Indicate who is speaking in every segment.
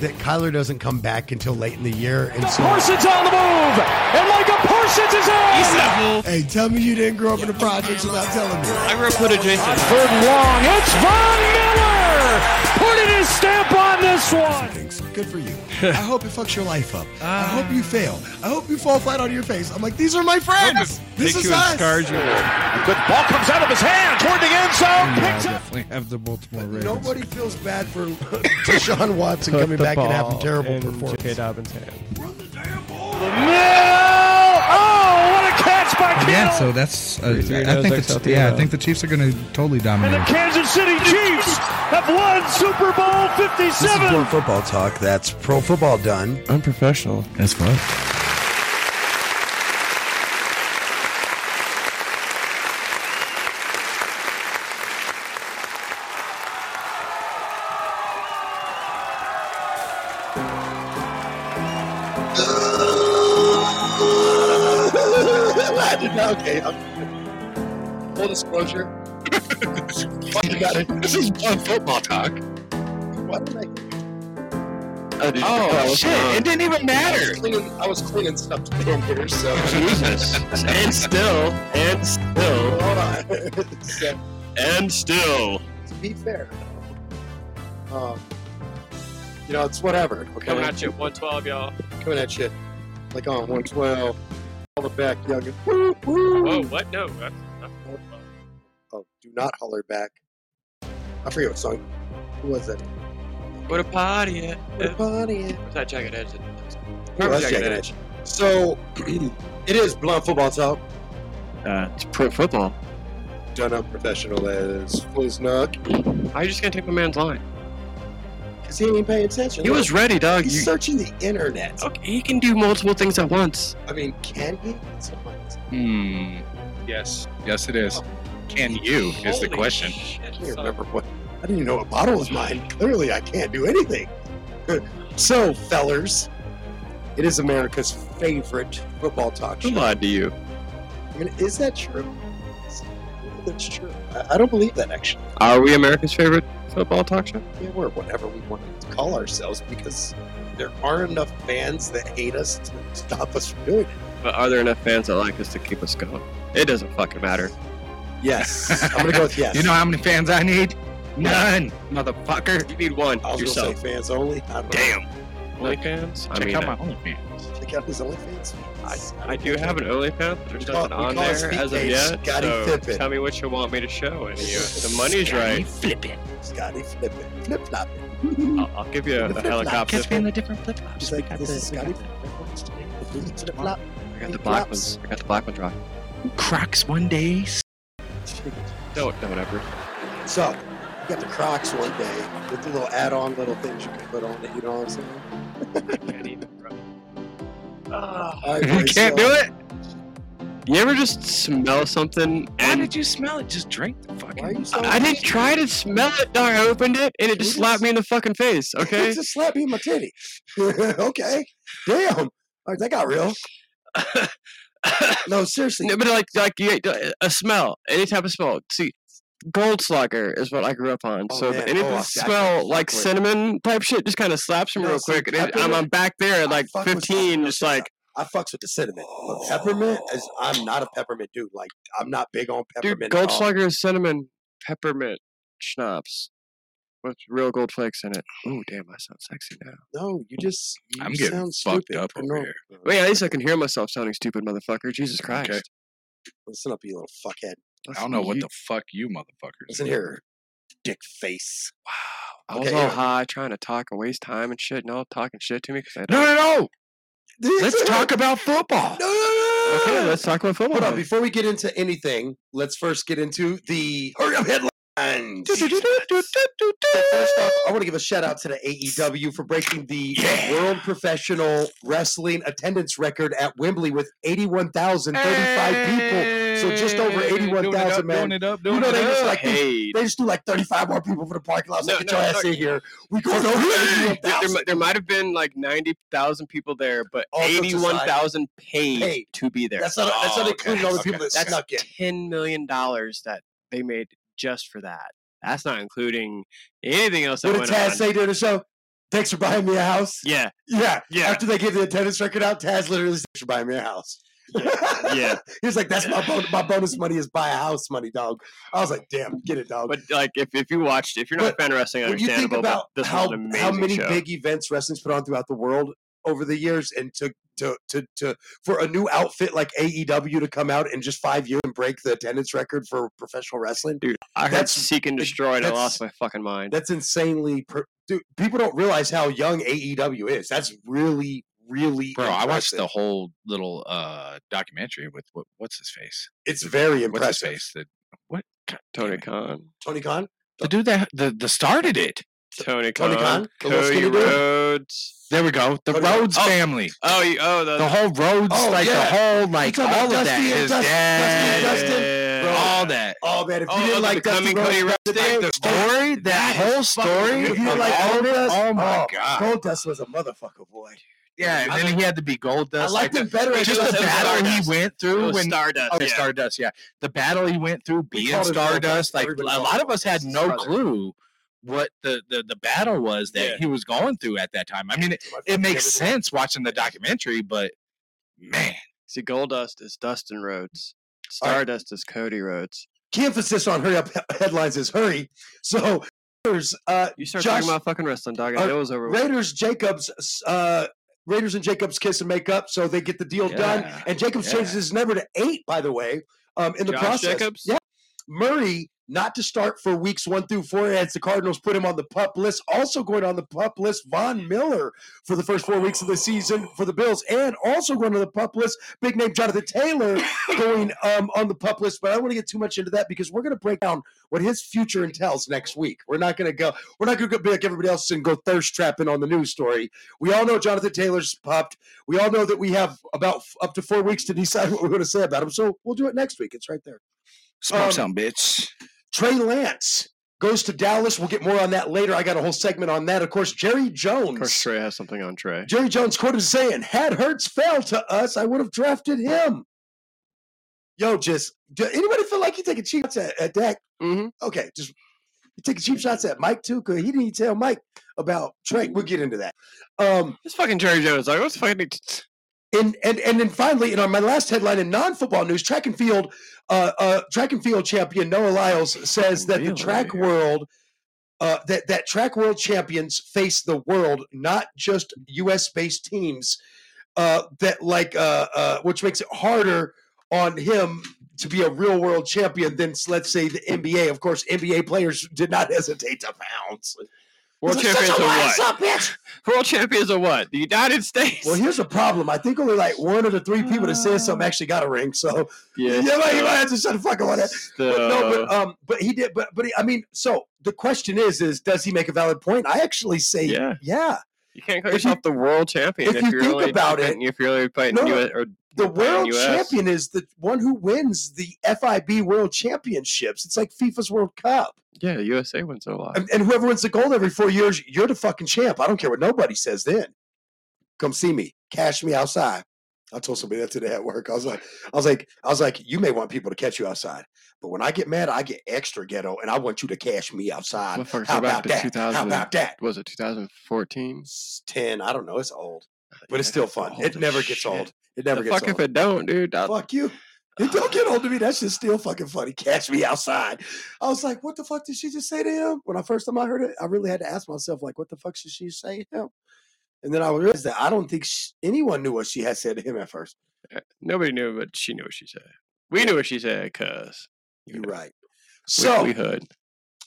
Speaker 1: that Kyler doesn't come back until late in the year. And so,
Speaker 2: Parsons on the move, and Micah Parsons is
Speaker 3: He's
Speaker 2: in.
Speaker 3: not
Speaker 1: hey, tell me you didn't grow up in the projects without telling me.
Speaker 3: I grew up with adjacent.
Speaker 2: Third and long, it's Von Miller putting his stamp on this one.
Speaker 1: Thanks. Good for you. I hope it fucks your life up. I hope you fail. I hope you fall flat on your face. I'm like, these are my friends. This
Speaker 3: Take
Speaker 1: is
Speaker 3: you and
Speaker 1: us.
Speaker 3: scarred you.
Speaker 2: Good ball comes out of his hand toward the end zone.
Speaker 4: Oh,
Speaker 2: Picks up.
Speaker 5: definitely have the Baltimore Ravens.
Speaker 1: Nobody feels bad for Deshaun Watson coming
Speaker 5: the
Speaker 1: back and having
Speaker 5: ball
Speaker 1: terrible
Speaker 5: in J.K.
Speaker 1: performance.
Speaker 5: Dobbins' hand.
Speaker 2: Mill. Oh, what a catch by Kittle.
Speaker 6: Yeah, so that's. Uh,
Speaker 5: Three, three,
Speaker 6: I
Speaker 5: no,
Speaker 6: think
Speaker 5: six,
Speaker 6: the,
Speaker 5: out the
Speaker 6: yeah, I
Speaker 5: window.
Speaker 6: think the Chiefs are going to totally
Speaker 2: and the
Speaker 6: dominate.
Speaker 2: Kansas City Chiefs have won Super Bowl 57.
Speaker 1: This is more football talk. That's pro football done.
Speaker 5: Unprofessional.
Speaker 6: That's fun.
Speaker 4: I did not. Okay. I'm, full disclosure. Fucking got it. This is fun football talk. Why did I? I didn't- I
Speaker 3: Oh
Speaker 4: was,
Speaker 3: shit!
Speaker 4: uh,
Speaker 3: It didn't even
Speaker 4: I
Speaker 3: matter.
Speaker 4: was cleaning, I was cleaning stuff to the here, so
Speaker 3: Jesus. And still, and still,
Speaker 4: hold on. so,
Speaker 3: and still.
Speaker 4: to be fair, um, you know, it's whatever. Okay,
Speaker 7: Coming at you, 112, y'all.
Speaker 4: coming at you like on 112, all the back, young. Woo, woo.
Speaker 7: Whoa, what? No, that's, that's
Speaker 4: Oh, do not holler back. I forget what song. Who was that?
Speaker 7: what a party! eh? Eh,
Speaker 4: Everybody.
Speaker 7: What's that jagged edge? that- that's-
Speaker 4: Well,
Speaker 7: Perfect
Speaker 4: that's
Speaker 7: Jagged Edge.
Speaker 4: Jagged So, it is blunt football talk.
Speaker 3: Uh, it's pro football.
Speaker 4: Done up professional as Fliznuck.
Speaker 7: How are you just gonna take my man's line?
Speaker 4: Because he ain't paying attention.
Speaker 3: He was ready, dog.
Speaker 4: He's
Speaker 3: You,
Speaker 4: searching the internet.
Speaker 7: Oh.
Speaker 3: okay, he can do multiple things at once.
Speaker 4: I mean, can he? It's fine.
Speaker 8: Hmm. Yes. Yes, it is. Can you? Is the
Speaker 7: Holy
Speaker 8: question.
Speaker 7: shit,
Speaker 4: I can't
Speaker 7: son.
Speaker 4: remember what. I didn't even know what bottle was mine. Clearly, I can't do anything. so, fellers, it is America's favorite football talk show.
Speaker 3: Who lied to you?
Speaker 4: I mean, is that true? Is- I don't think That's true. I, I don't believe that actually.
Speaker 3: Are we America's favorite football talk show?
Speaker 4: Yeah, we're whatever we want to call ourselves because there aren't enough fans that hate us to stop us from doing it.
Speaker 3: But are there enough fans that like us to keep us going? It doesn't fucking matter.
Speaker 4: Yes, I'm gonna go with yes.
Speaker 6: You know how many fans I need?
Speaker 3: None, motherfucker. You need one
Speaker 4: I was
Speaker 3: yourself.
Speaker 4: gonna say fans only. I don't
Speaker 3: Damn.
Speaker 7: Only fans?
Speaker 3: I
Speaker 8: Check
Speaker 3: mean,
Speaker 8: out my OnlyFans.
Speaker 4: know. Check out his OnlyFans.
Speaker 7: I,
Speaker 3: I do have an OnlyFans. but There's
Speaker 4: We call-
Speaker 3: nothing
Speaker 4: we
Speaker 3: on
Speaker 4: call it
Speaker 3: there as of
Speaker 4: Speakpage.
Speaker 3: yet.
Speaker 4: Scotty
Speaker 3: so
Speaker 4: Pippen.
Speaker 3: tell me what you want me to show, and you, if the money's right,
Speaker 4: Scotty flip it, flip flop it.
Speaker 3: I'll, I'll give you a,
Speaker 4: The
Speaker 3: a
Speaker 4: flip-flop.
Speaker 3: helicopter.
Speaker 8: Catch me in the different flip flops.
Speaker 4: Just like this is Scotty. Flip flop.
Speaker 3: I got the black ones. I got the black ones right.
Speaker 8: Crocs one day.
Speaker 3: No, no, whatever.
Speaker 4: So, you got the Crocs one day with the little add-on little things you can put on it. You know what I'm saying? All right,
Speaker 3: You
Speaker 4: boys,
Speaker 3: can't
Speaker 4: so-
Speaker 3: do it. You ever just smell something
Speaker 8: Why
Speaker 3: and
Speaker 8: did you smell it? Just drink the fucking.
Speaker 4: Why are you so?
Speaker 3: I didn't try to smell it. dog. I opened it and it just slapped me in the fucking face. Okay.
Speaker 4: just slapped me in my titty. okay. Damn. All right, that got real. No, seriously.
Speaker 3: No, but like like you, a smell, any type of smell. See, Goldslager is what I grew up on.
Speaker 4: Oh,
Speaker 3: so
Speaker 4: man.
Speaker 3: if any
Speaker 4: Oh, I- I
Speaker 3: smell
Speaker 4: fuck
Speaker 3: like
Speaker 4: with-
Speaker 3: cinnamon type shit just kind of slaps him
Speaker 4: No,
Speaker 3: real
Speaker 4: see,
Speaker 3: quick. And
Speaker 4: I
Speaker 3: it,
Speaker 4: put
Speaker 3: I'm,
Speaker 4: it-
Speaker 3: I'm back there
Speaker 4: I
Speaker 3: at like
Speaker 4: fuck with
Speaker 3: 15,
Speaker 4: cinnamon,
Speaker 3: just
Speaker 4: shit,
Speaker 3: like,
Speaker 4: I fucks with the cinnamon.
Speaker 3: Oh.
Speaker 4: But peppermint is I'm not a peppermint dude. Like I'm not big on
Speaker 3: dude,
Speaker 4: peppermint. at all.
Speaker 3: Goldslager is cinnamon peppermint schnapps with real gold flakes in it. Ooh, damn, I sound sexy now.
Speaker 4: No, you just you
Speaker 8: I'm getting
Speaker 4: sound
Speaker 8: fucked
Speaker 4: stupid.
Speaker 8: up
Speaker 4: You're
Speaker 8: over
Speaker 4: normal.
Speaker 8: here.
Speaker 3: Wait, at least I can hear myself sounding stupid, motherfucker. Jesus Christ.
Speaker 4: Listen up, you little fuckhead.
Speaker 8: I don't know what the fuck you motherfuckers.
Speaker 4: Listen here, dick face.
Speaker 3: I was
Speaker 4: Okay,
Speaker 3: all
Speaker 4: anyway.
Speaker 3: high trying to talk and waste time and shit, and all talking shit to me because I
Speaker 8: No,
Speaker 3: don't.
Speaker 8: no, no. Let's talk about football.
Speaker 4: No, no, no, no, no,
Speaker 3: Okay,
Speaker 4: no.
Speaker 3: let's talk about football.
Speaker 4: Hold on.
Speaker 3: then.
Speaker 4: Before we get into anything, let's first get into the hurry up headlines. So first off, I want to give a shout out to the AEW for breaking the
Speaker 8: Yeah.
Speaker 4: world professional wrestling attendance record at Wembley with 81,035 people. So just over
Speaker 8: Hey, doing it
Speaker 4: 81,000,
Speaker 8: up,
Speaker 4: man.
Speaker 8: Doing it up,
Speaker 4: You
Speaker 8: doing
Speaker 4: know
Speaker 8: it
Speaker 4: they just
Speaker 8: up.
Speaker 4: like they,
Speaker 3: Hey,
Speaker 4: they just do like 35 more people for the parking lot. So
Speaker 3: No,
Speaker 4: get
Speaker 3: no,
Speaker 4: your ass
Speaker 3: no.
Speaker 4: in here. We going over
Speaker 3: there,
Speaker 4: 81,000.
Speaker 3: there, there might have been like 90,000 people there, but
Speaker 4: Also to
Speaker 3: 81,000 paid,
Speaker 4: Paid.
Speaker 3: to be there.
Speaker 4: That's not that's not
Speaker 8: Oh,
Speaker 4: including all the
Speaker 8: okay,
Speaker 4: people that
Speaker 3: That's
Speaker 4: snuck in.
Speaker 3: $10 million that they made just for that. That's not including anything else that
Speaker 4: What did
Speaker 3: went
Speaker 4: Taz
Speaker 3: on.
Speaker 4: say during the show? Thanks for buying me a house.
Speaker 5: Yeah,
Speaker 4: Yeah.
Speaker 5: Yeah.
Speaker 4: After they gave the attendance record out, Taz literally said, "Thanks for buying me a house.
Speaker 5: yeah.
Speaker 4: he was like, that's my, bon- my bonus money is buy a house money, dog. I was like, damn, get it, dog.
Speaker 5: But like, if, if you watched, if you're not
Speaker 4: But
Speaker 5: a fan of wrestling,
Speaker 4: when you think
Speaker 5: understandable.
Speaker 4: about
Speaker 5: but this
Speaker 4: how,
Speaker 5: was an amazing
Speaker 4: how many
Speaker 5: show.
Speaker 4: big events wrestling's put on throughout the world over the years and to, to, to, to for a new outfit like AEW to come out in just five years and break the attendance record for professional wrestling,
Speaker 5: dude, I heard
Speaker 4: that's-
Speaker 5: Seek and Destroy, and I
Speaker 4: that's-
Speaker 5: lost my fucking mind.
Speaker 4: that's insanely. Per- Dude, people don't realize how young AEW is. That's really, really.
Speaker 8: Bro, I watched the
Speaker 4: impressive.
Speaker 8: whole little uh documentary with what, what's his face?
Speaker 4: It's very
Speaker 8: What's his
Speaker 4: impressive.
Speaker 8: face? The, what? God damn
Speaker 3: Tony
Speaker 8: it.
Speaker 3: Khan.
Speaker 4: Tony Khan,
Speaker 8: The dude that the, the started it.
Speaker 3: Tony Khan.
Speaker 4: Tony Khan, the little
Speaker 3: Cody
Speaker 4: skinny dude?
Speaker 3: Rhodes.
Speaker 8: There we go. The
Speaker 4: Tony Khan.
Speaker 8: Rhodes
Speaker 3: Oh.
Speaker 8: family.
Speaker 3: Oh, you, oh, the,
Speaker 8: The whole Rhodes,
Speaker 4: Oh,
Speaker 8: like
Speaker 4: yeah.
Speaker 8: the whole, like
Speaker 4: talking
Speaker 8: all
Speaker 4: about
Speaker 8: of that.
Speaker 4: Dusty and
Speaker 8: His
Speaker 4: Dusty-
Speaker 8: dad,
Speaker 4: Dusty and Dustin? Bro.
Speaker 8: all that.
Speaker 4: Oh man, if you
Speaker 3: Oh,
Speaker 4: didn't
Speaker 3: of
Speaker 4: like Dusty
Speaker 3: becoming
Speaker 4: Rhodes,
Speaker 3: Cody
Speaker 4: back
Speaker 3: Rhodes,
Speaker 4: then,
Speaker 8: The story, that whole story.
Speaker 4: if you didn't
Speaker 8: of
Speaker 4: like
Speaker 8: all of it,
Speaker 4: Goldust,
Speaker 8: oh my god.
Speaker 4: Gold Dust was a motherfucker, boy.
Speaker 8: Yeah, and then he had to be gold
Speaker 4: I
Speaker 8: dust.
Speaker 4: liked him better. at
Speaker 8: just
Speaker 4: Gold
Speaker 8: the
Speaker 4: Dust.
Speaker 8: battle he
Speaker 5: Stardust.
Speaker 8: went
Speaker 5: It
Speaker 8: through
Speaker 5: was
Speaker 8: when
Speaker 5: Stardust.
Speaker 8: Oh,
Speaker 5: yeah.
Speaker 8: Stardust, yeah. The battle he went through being
Speaker 4: called it Stardust.
Speaker 8: Stardust, like a
Speaker 4: Everybody called
Speaker 8: lot
Speaker 4: it
Speaker 8: of us had
Speaker 4: Stardust.
Speaker 8: no
Speaker 4: Stardust.
Speaker 8: clue what the, the, the battle was that
Speaker 5: Yeah.
Speaker 8: he was going through at that time. I mean, it, it makes sense watching the documentary, but man,
Speaker 3: see, Goldust is Dustin Rhodes.
Speaker 4: All right.
Speaker 3: Stardust is Cody Rhodes.
Speaker 4: Key emphasis on hurry up he- headlines is hurry. So, Raiders, uh,
Speaker 3: You start
Speaker 4: Josh-
Speaker 3: talking about fucking wrestling, dog. I
Speaker 4: Our
Speaker 3: know it was over. with.
Speaker 4: Raiders Jacobs, s- uh, Raiders and Jacobs kiss and make up, so they get the deal done.
Speaker 8: Yeah,
Speaker 4: And Jacobs
Speaker 8: yeah.
Speaker 4: changes his number to eight, by the way, um, in the
Speaker 3: Josh
Speaker 4: process.
Speaker 3: Jacobs?
Speaker 4: Yeah. Murray not to start for weeks one through four as the Cardinals put him on the pup list. Also going on the pup list, Von Miller for the first four weeks of the season for the Bills, and also going to the pup list, big name Jonathan Taylor going um, on the pup list. But I don't want to get too much into that because we're going to break down what his future entails next week. We're not going to go. We're not going to be like everybody else and go thirst trapping on the news story. We all know Jonathan Taylor's popped. We all know that we have about f- up to four weeks to decide what we're going to say about him. So we'll do it next week. It's right there.
Speaker 8: smoke
Speaker 4: Um,
Speaker 8: some bitch.
Speaker 4: Trey Lance goes to Dallas. We'll get more on that later. I got a whole segment on that. Of course, Jerry Jones.
Speaker 3: Of course, Trey has something on Trey.
Speaker 4: Jerry Jones quoted as saying, "Had Hurts fell to us, I would have drafted him." Yo, just do anybody feel like you taking cheap shots at, at Dak?
Speaker 3: Mm-hmm.
Speaker 4: Okay, just you taking cheap shots at Mike too, because he didn't even tell Mike about Trey. We'll get into that. Um,
Speaker 3: It's fucking Jerry Jones. Like, what's fucking?
Speaker 4: and and and then finally, and on my last headline in non-football news, track and field, uh, uh, track and field champion Noah Lyles says that the
Speaker 3: Really?
Speaker 4: track world, uh, that that track world champions face the world, not just U.S. based teams. Uh, that like uh, uh, which makes it harder on him to be a real world champion than s- let's say the NBA. Of course, NBA players did not hesitate to pounce.
Speaker 3: World
Speaker 4: He's like, "Such
Speaker 3: champions
Speaker 4: a
Speaker 3: of
Speaker 4: wild
Speaker 3: what?
Speaker 4: son of a bitch!"
Speaker 3: World champions of what? The United States.
Speaker 4: Well, here's the problem. I think only like one of the three people that said something actually got a ring. So yeah, you might,
Speaker 3: uh,
Speaker 4: you might have to shut the fuck up on that. But no, but
Speaker 8: Uh,
Speaker 4: um, but he did. But but he, I mean, so the question is, is does he make a valid point? I actually say, yeah.
Speaker 3: yeah. You can't call
Speaker 4: If you-
Speaker 3: yourself the world champion
Speaker 4: if you
Speaker 3: you're
Speaker 4: think
Speaker 3: only
Speaker 4: about it-
Speaker 3: fighting- If you're only fighting
Speaker 4: No,
Speaker 3: U.S. or
Speaker 4: The
Speaker 3: you're fighting
Speaker 4: world
Speaker 3: US.
Speaker 4: champion is the one who wins the FIB World Championships. It's like FIFA's World Cup,
Speaker 3: Yeah, USA wins a lot.
Speaker 4: and, and whoever wins the gold every four years, you're the fucking champ. I don't care what nobody says. Then come see me, cash me outside. I told somebody that today at work. I was like, I was like, I was like, you may want people to catch you outside, but when I get mad, I get extra ghetto, and I want you to cash me outside.
Speaker 3: Motherfuckers,
Speaker 4: How
Speaker 3: go back
Speaker 4: about
Speaker 3: to
Speaker 4: that?
Speaker 3: 2000
Speaker 4: How about that?
Speaker 3: Was it 2014?
Speaker 4: It's Ten, I don't know. It's old, but it's
Speaker 3: Yeah,
Speaker 4: still fun.
Speaker 3: old
Speaker 4: It
Speaker 3: as
Speaker 4: never gets
Speaker 3: shit.
Speaker 4: old. It never
Speaker 3: The
Speaker 4: gets
Speaker 3: fuck if
Speaker 4: old.
Speaker 3: it don't, dude. I-
Speaker 4: fuck you. It don't get old to me. That shit's still fucking funny. Catch me outside. I was like, what the fuck did she just say to him? When I first time I heard it, I really had to ask myself, like, what the fuck should she say to him? And then I realized that I don't think sh anyone knew what she had said to him at first.
Speaker 3: Nobody knew, but she knew what she said. We knew what she said, cause you
Speaker 4: You're
Speaker 3: know,
Speaker 4: right.
Speaker 3: we-
Speaker 4: So
Speaker 3: we, hood.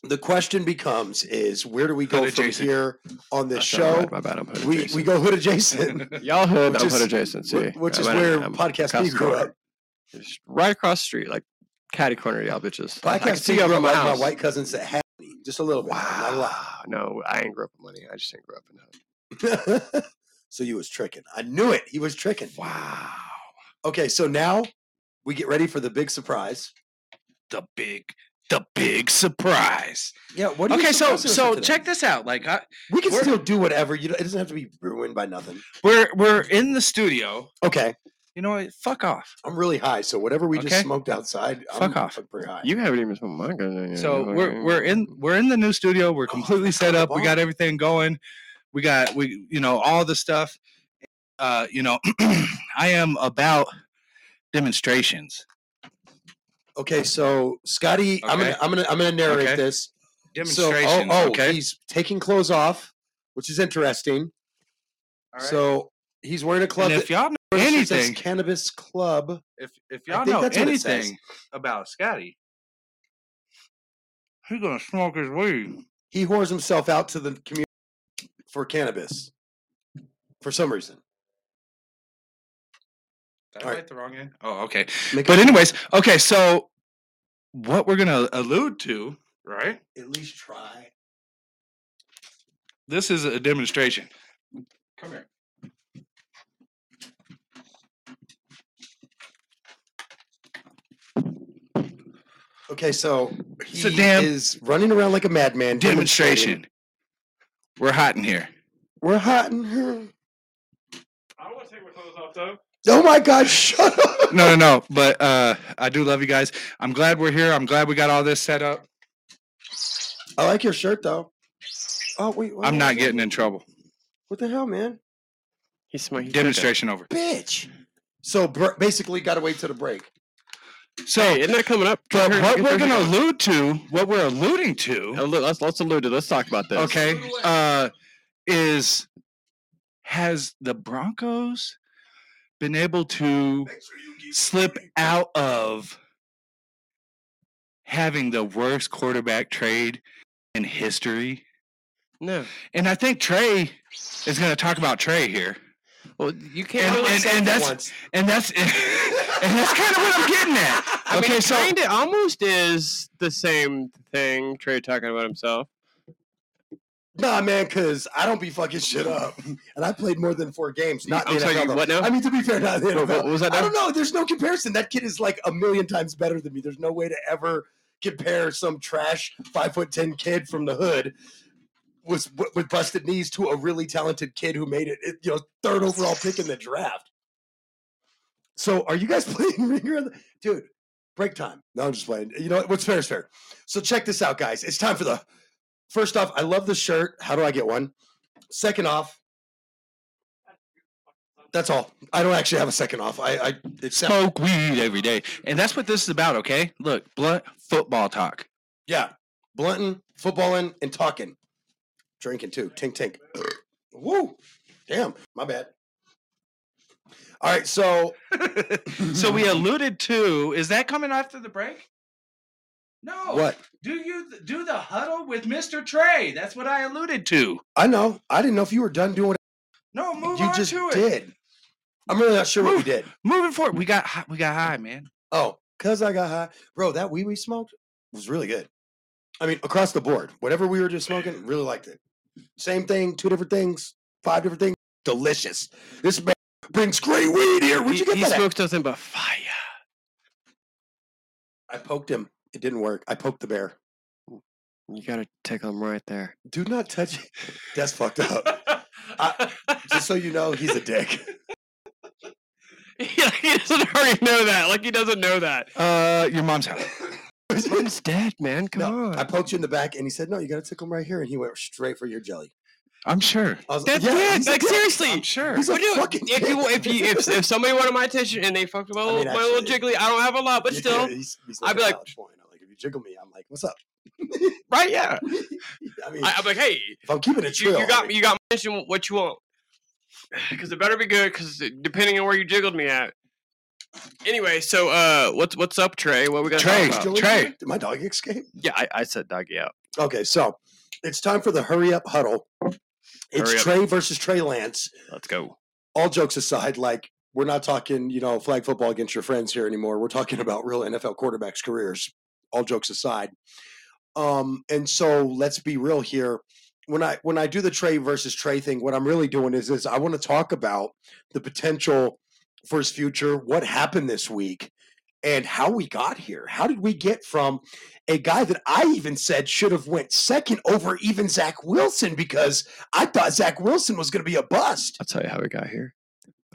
Speaker 4: the question becomes: Is where do we go from
Speaker 8: adjacent.
Speaker 4: here on
Speaker 3: I
Speaker 4: this
Speaker 3: sound right,
Speaker 4: show?
Speaker 3: My bad. I'm hood
Speaker 4: We we
Speaker 3: adjacent.
Speaker 4: go hood adjacent,
Speaker 3: y'all hood.
Speaker 4: which
Speaker 3: I'm
Speaker 4: is-
Speaker 3: hood adjacent. See,
Speaker 4: wh- which
Speaker 3: I'm
Speaker 4: is
Speaker 3: right-
Speaker 4: where
Speaker 3: I'm
Speaker 4: podcast
Speaker 3: across
Speaker 4: P
Speaker 3: the
Speaker 4: grew
Speaker 3: border.
Speaker 4: up.
Speaker 3: Just right across the street, like catty corner, y'all bitches. I can
Speaker 4: Podcast
Speaker 3: see
Speaker 4: P grew
Speaker 3: y'all
Speaker 4: up
Speaker 3: from my
Speaker 4: like my
Speaker 3: house.
Speaker 4: white cousins that had me, just a little bit. not a lot.
Speaker 3: Wow. No, I ain't grew up in money. I just ain't grew up in hood.
Speaker 4: so you was tricking. I knew it. He was tricking.
Speaker 8: Wow.
Speaker 4: Okay, so now we get ready for the big surprise.
Speaker 8: The big the big surprise.
Speaker 4: Yeah. What?
Speaker 8: Okay, so so check this out. Like I,
Speaker 4: We can
Speaker 8: we're-
Speaker 4: still do whatever. You. Don't, it doesn't have to be ruined by nothing.
Speaker 8: we're we're in the studio.
Speaker 4: Okay.
Speaker 8: You know what? Fuck off.
Speaker 4: I'm really high, so whatever we just
Speaker 8: Okay.
Speaker 4: smoked outside,
Speaker 8: Fuck
Speaker 4: I'm
Speaker 8: off.
Speaker 4: fucking pretty high.
Speaker 3: You haven't even smoked my gun.
Speaker 8: So we're we're in we're in the new studio. We're completely set up. We got everything going. We got we you know all the stuff. Uh, you know, I am about demonstrations. oh,
Speaker 1: Okay, so Scotty, I'm gonna
Speaker 8: Okay.
Speaker 1: I'm gonna I'm gonna narrate
Speaker 8: Okay.
Speaker 1: this. So,
Speaker 8: Demonstrations.
Speaker 1: oh, oh
Speaker 8: okay.
Speaker 1: he's taking clothes off, which is interesting.
Speaker 8: All right.
Speaker 1: So he's wearing a club.
Speaker 8: and if
Speaker 1: that-
Speaker 8: y'all know
Speaker 1: it says
Speaker 8: anything,
Speaker 1: cannabis club.
Speaker 8: if if
Speaker 1: I
Speaker 8: y'all
Speaker 1: think
Speaker 8: know
Speaker 1: that's what it says.
Speaker 8: anything about Scotty, he's gonna smoke his weed.
Speaker 1: He whores himself out to the community for cannabis for some reason.
Speaker 8: Did I
Speaker 1: All right.
Speaker 8: write the wrong end? Oh, okay.
Speaker 1: Make
Speaker 8: But anyways, okay. So what we're gonna allude to, right?
Speaker 1: at least try.
Speaker 8: This is a demonstration. Come here.
Speaker 1: Okay, so he
Speaker 8: It's a damn
Speaker 1: is running around like a madman. demonstrating.
Speaker 8: Demonstration. We're hot in here.
Speaker 1: We're hot in here.
Speaker 3: I want to take my clothes off though.
Speaker 1: Oh my God! Shut up.
Speaker 8: No, no, no. But uh, I do love you guys. I'm glad we're here. I'm glad we got all this set up.
Speaker 1: I like your shirt though. Oh wait, why
Speaker 8: I'm
Speaker 1: was
Speaker 8: not
Speaker 1: it-
Speaker 8: getting in trouble.
Speaker 1: What the hell, man?
Speaker 3: He's my
Speaker 8: Demonstration over.
Speaker 1: Bitch. So br- basically, got to wait till the break.
Speaker 8: So,
Speaker 3: Hey, isn't that coming up?
Speaker 8: but
Speaker 3: Turn-
Speaker 8: what
Speaker 3: get
Speaker 8: we're
Speaker 3: Thursday
Speaker 8: gonna
Speaker 3: off.
Speaker 8: allude to, what we're alluding to,
Speaker 3: Oh, look, let's let's allude to. Let's talk about this.
Speaker 8: okay, uh, is has the Broncos been able to slip out of having the worst quarterback trade in history?
Speaker 3: No.
Speaker 8: And I think Trey is going to talk about Trey here.
Speaker 3: Well, you
Speaker 8: And-
Speaker 3: can't.
Speaker 8: and-
Speaker 1: Said it
Speaker 8: that's-
Speaker 1: once.
Speaker 8: And that's and that's kind of what I'm getting at.
Speaker 3: I
Speaker 8: okay,
Speaker 3: mean,
Speaker 8: so-
Speaker 3: kind of almost is the same thing. Trey talking about himself.
Speaker 1: Nah, man, because I don't be fucking shit up, and I played more than four games. Not
Speaker 3: I'm
Speaker 1: the
Speaker 3: sorry,
Speaker 1: NFL,
Speaker 3: you-
Speaker 1: though.
Speaker 3: what now?
Speaker 1: I mean, to be fair, not the
Speaker 3: What-
Speaker 1: NFL.
Speaker 3: what was that
Speaker 1: I
Speaker 3: now?
Speaker 1: don't know. There's no comparison. That kid is like a million times better than me. There's no way to ever compare some trash five foot ten kid from the hood with with busted knees to a really talented kid who made it, it, you know, third overall pick in the draft. So, are you guys playing Ringer? of the- Dude, break time. No, I'm just playing. You know what? what's fair is fair. So check this out, guys. It's time for the first off. I love this shirt. How do I get one? Second off, that's all. I don't actually have a second off. I, I except
Speaker 8: Smoke weed every day, and that's what this is about. Okay, look, blunt football talk.
Speaker 1: yeah, blunting, footballing, and talking, drinking too. Tink tink. Woo! Damn, my bad. All right, so
Speaker 8: so
Speaker 1: Mm-hmm.
Speaker 8: we alluded to is that coming after the break? No.
Speaker 1: what?
Speaker 8: Do you th- do the huddle with Mr. Trey? That's what I alluded to.
Speaker 1: I know. I didn't know if you were done doing
Speaker 8: No, move
Speaker 1: what you
Speaker 8: on
Speaker 1: just
Speaker 8: to it.
Speaker 1: did. I'm really not sure what you did.
Speaker 8: Moving forward, we got high, we got high, man.
Speaker 1: Oh, cause I got high, bro. That wee we smoked was really good. I mean, across the board, whatever we were just smoking, really liked it. Same thing, two different things, five different things, delicious. This man brings great weed here. Where'd
Speaker 3: he
Speaker 1: you get
Speaker 3: he
Speaker 1: that? at?
Speaker 3: smokes nothing but fire.
Speaker 1: I poked him. It didn't work. I poked the bear.
Speaker 3: You gotta tickle him right there.
Speaker 1: Do not touch it. That's fucked up. Just so you know, he's a dick.
Speaker 3: he doesn't already know that. Like he doesn't know that.
Speaker 8: Uh, your mom's house.
Speaker 3: Mom's dead, man. Come
Speaker 1: No,
Speaker 3: on.
Speaker 1: I poked you in the back, and he said, "No, you got to tickle him right here." And he went straight for your jelly.
Speaker 8: I'm sure.
Speaker 1: I was
Speaker 3: That's
Speaker 1: yeah,
Speaker 3: it.
Speaker 1: he's a
Speaker 3: Like
Speaker 1: dick.
Speaker 3: seriously.
Speaker 8: sure.
Speaker 1: He's a
Speaker 3: What do you-
Speaker 1: fucking
Speaker 3: if you
Speaker 1: dick.
Speaker 3: if you if, if somebody wanted my attention and they fucked my
Speaker 1: I
Speaker 3: little,
Speaker 1: mean,
Speaker 3: my little
Speaker 1: actually-
Speaker 3: jiggly, I don't have a lot, but
Speaker 1: Yeah,
Speaker 3: still,
Speaker 1: he's, he's
Speaker 3: I'd be
Speaker 1: a
Speaker 3: like-
Speaker 1: valid point. I'm like, if you jiggle me, I'm like, "What's up?"
Speaker 3: right? Yeah,
Speaker 1: I mean,
Speaker 3: I, I'm like, hey,
Speaker 1: if I'm keeping it
Speaker 3: you,
Speaker 1: chill,
Speaker 3: you got you got my attention. What you want? Because it better be good. Because depending on where you jiggled me at. Anyway, so uh, what's what's up, Trey? What we got?
Speaker 8: Trey,
Speaker 3: About?
Speaker 8: Trey.
Speaker 1: Did my dog escape?
Speaker 3: Yeah, I, I said doggy out.
Speaker 1: Okay, so it's time for the hurry up huddle. It's
Speaker 3: Hurry up.
Speaker 1: Trey versus Trey Lance.
Speaker 3: Let's go.
Speaker 1: All jokes aside, like we're not talking, you know, flag football against your friends here anymore. We're talking about real NFL quarterbacks' careers. All jokes aside. Um, and so let's be real here. When I when I do the Trey versus Trey thing, what I'm really doing is is I want to talk about the potential for his future, what happened this week, and how we got here. How did we get from a guy that I even said should have went second over even Zach Wilson because I thought Zach Wilson was going to be a bust.
Speaker 3: I'll tell you how we got here.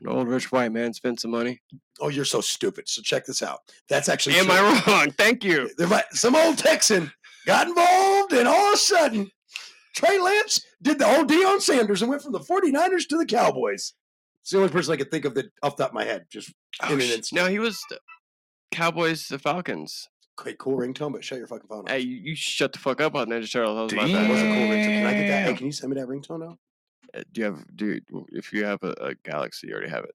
Speaker 3: An old rich white man spent some money.
Speaker 1: Oh, you're so stupid. So check this out. That's actually
Speaker 3: Am
Speaker 1: true.
Speaker 3: I wrong? Thank you.
Speaker 1: There might, some old Texan got involved, and all of a sudden, Trey Lance did the whole Deion Sanders and went from the 49ers to the Cowboys. It's the only person I could think of that off the top of my head. Just
Speaker 3: Oh,
Speaker 1: in an
Speaker 3: sh-
Speaker 1: instant.
Speaker 3: no, he was the Cowboys, the Falcons.
Speaker 1: Okay, cool ringtone, but shut your fucking phone off.
Speaker 3: Hey, you, you shut the fuck up on Ninja Turtles. That was my
Speaker 1: That
Speaker 3: bad.
Speaker 1: was a cool ringtone. Can I get that? Hey,
Speaker 8: Damn.
Speaker 1: can you send me that ringtone now?
Speaker 3: Uh, Do you have, dude? w- If you have a, a Galaxy, you already have it.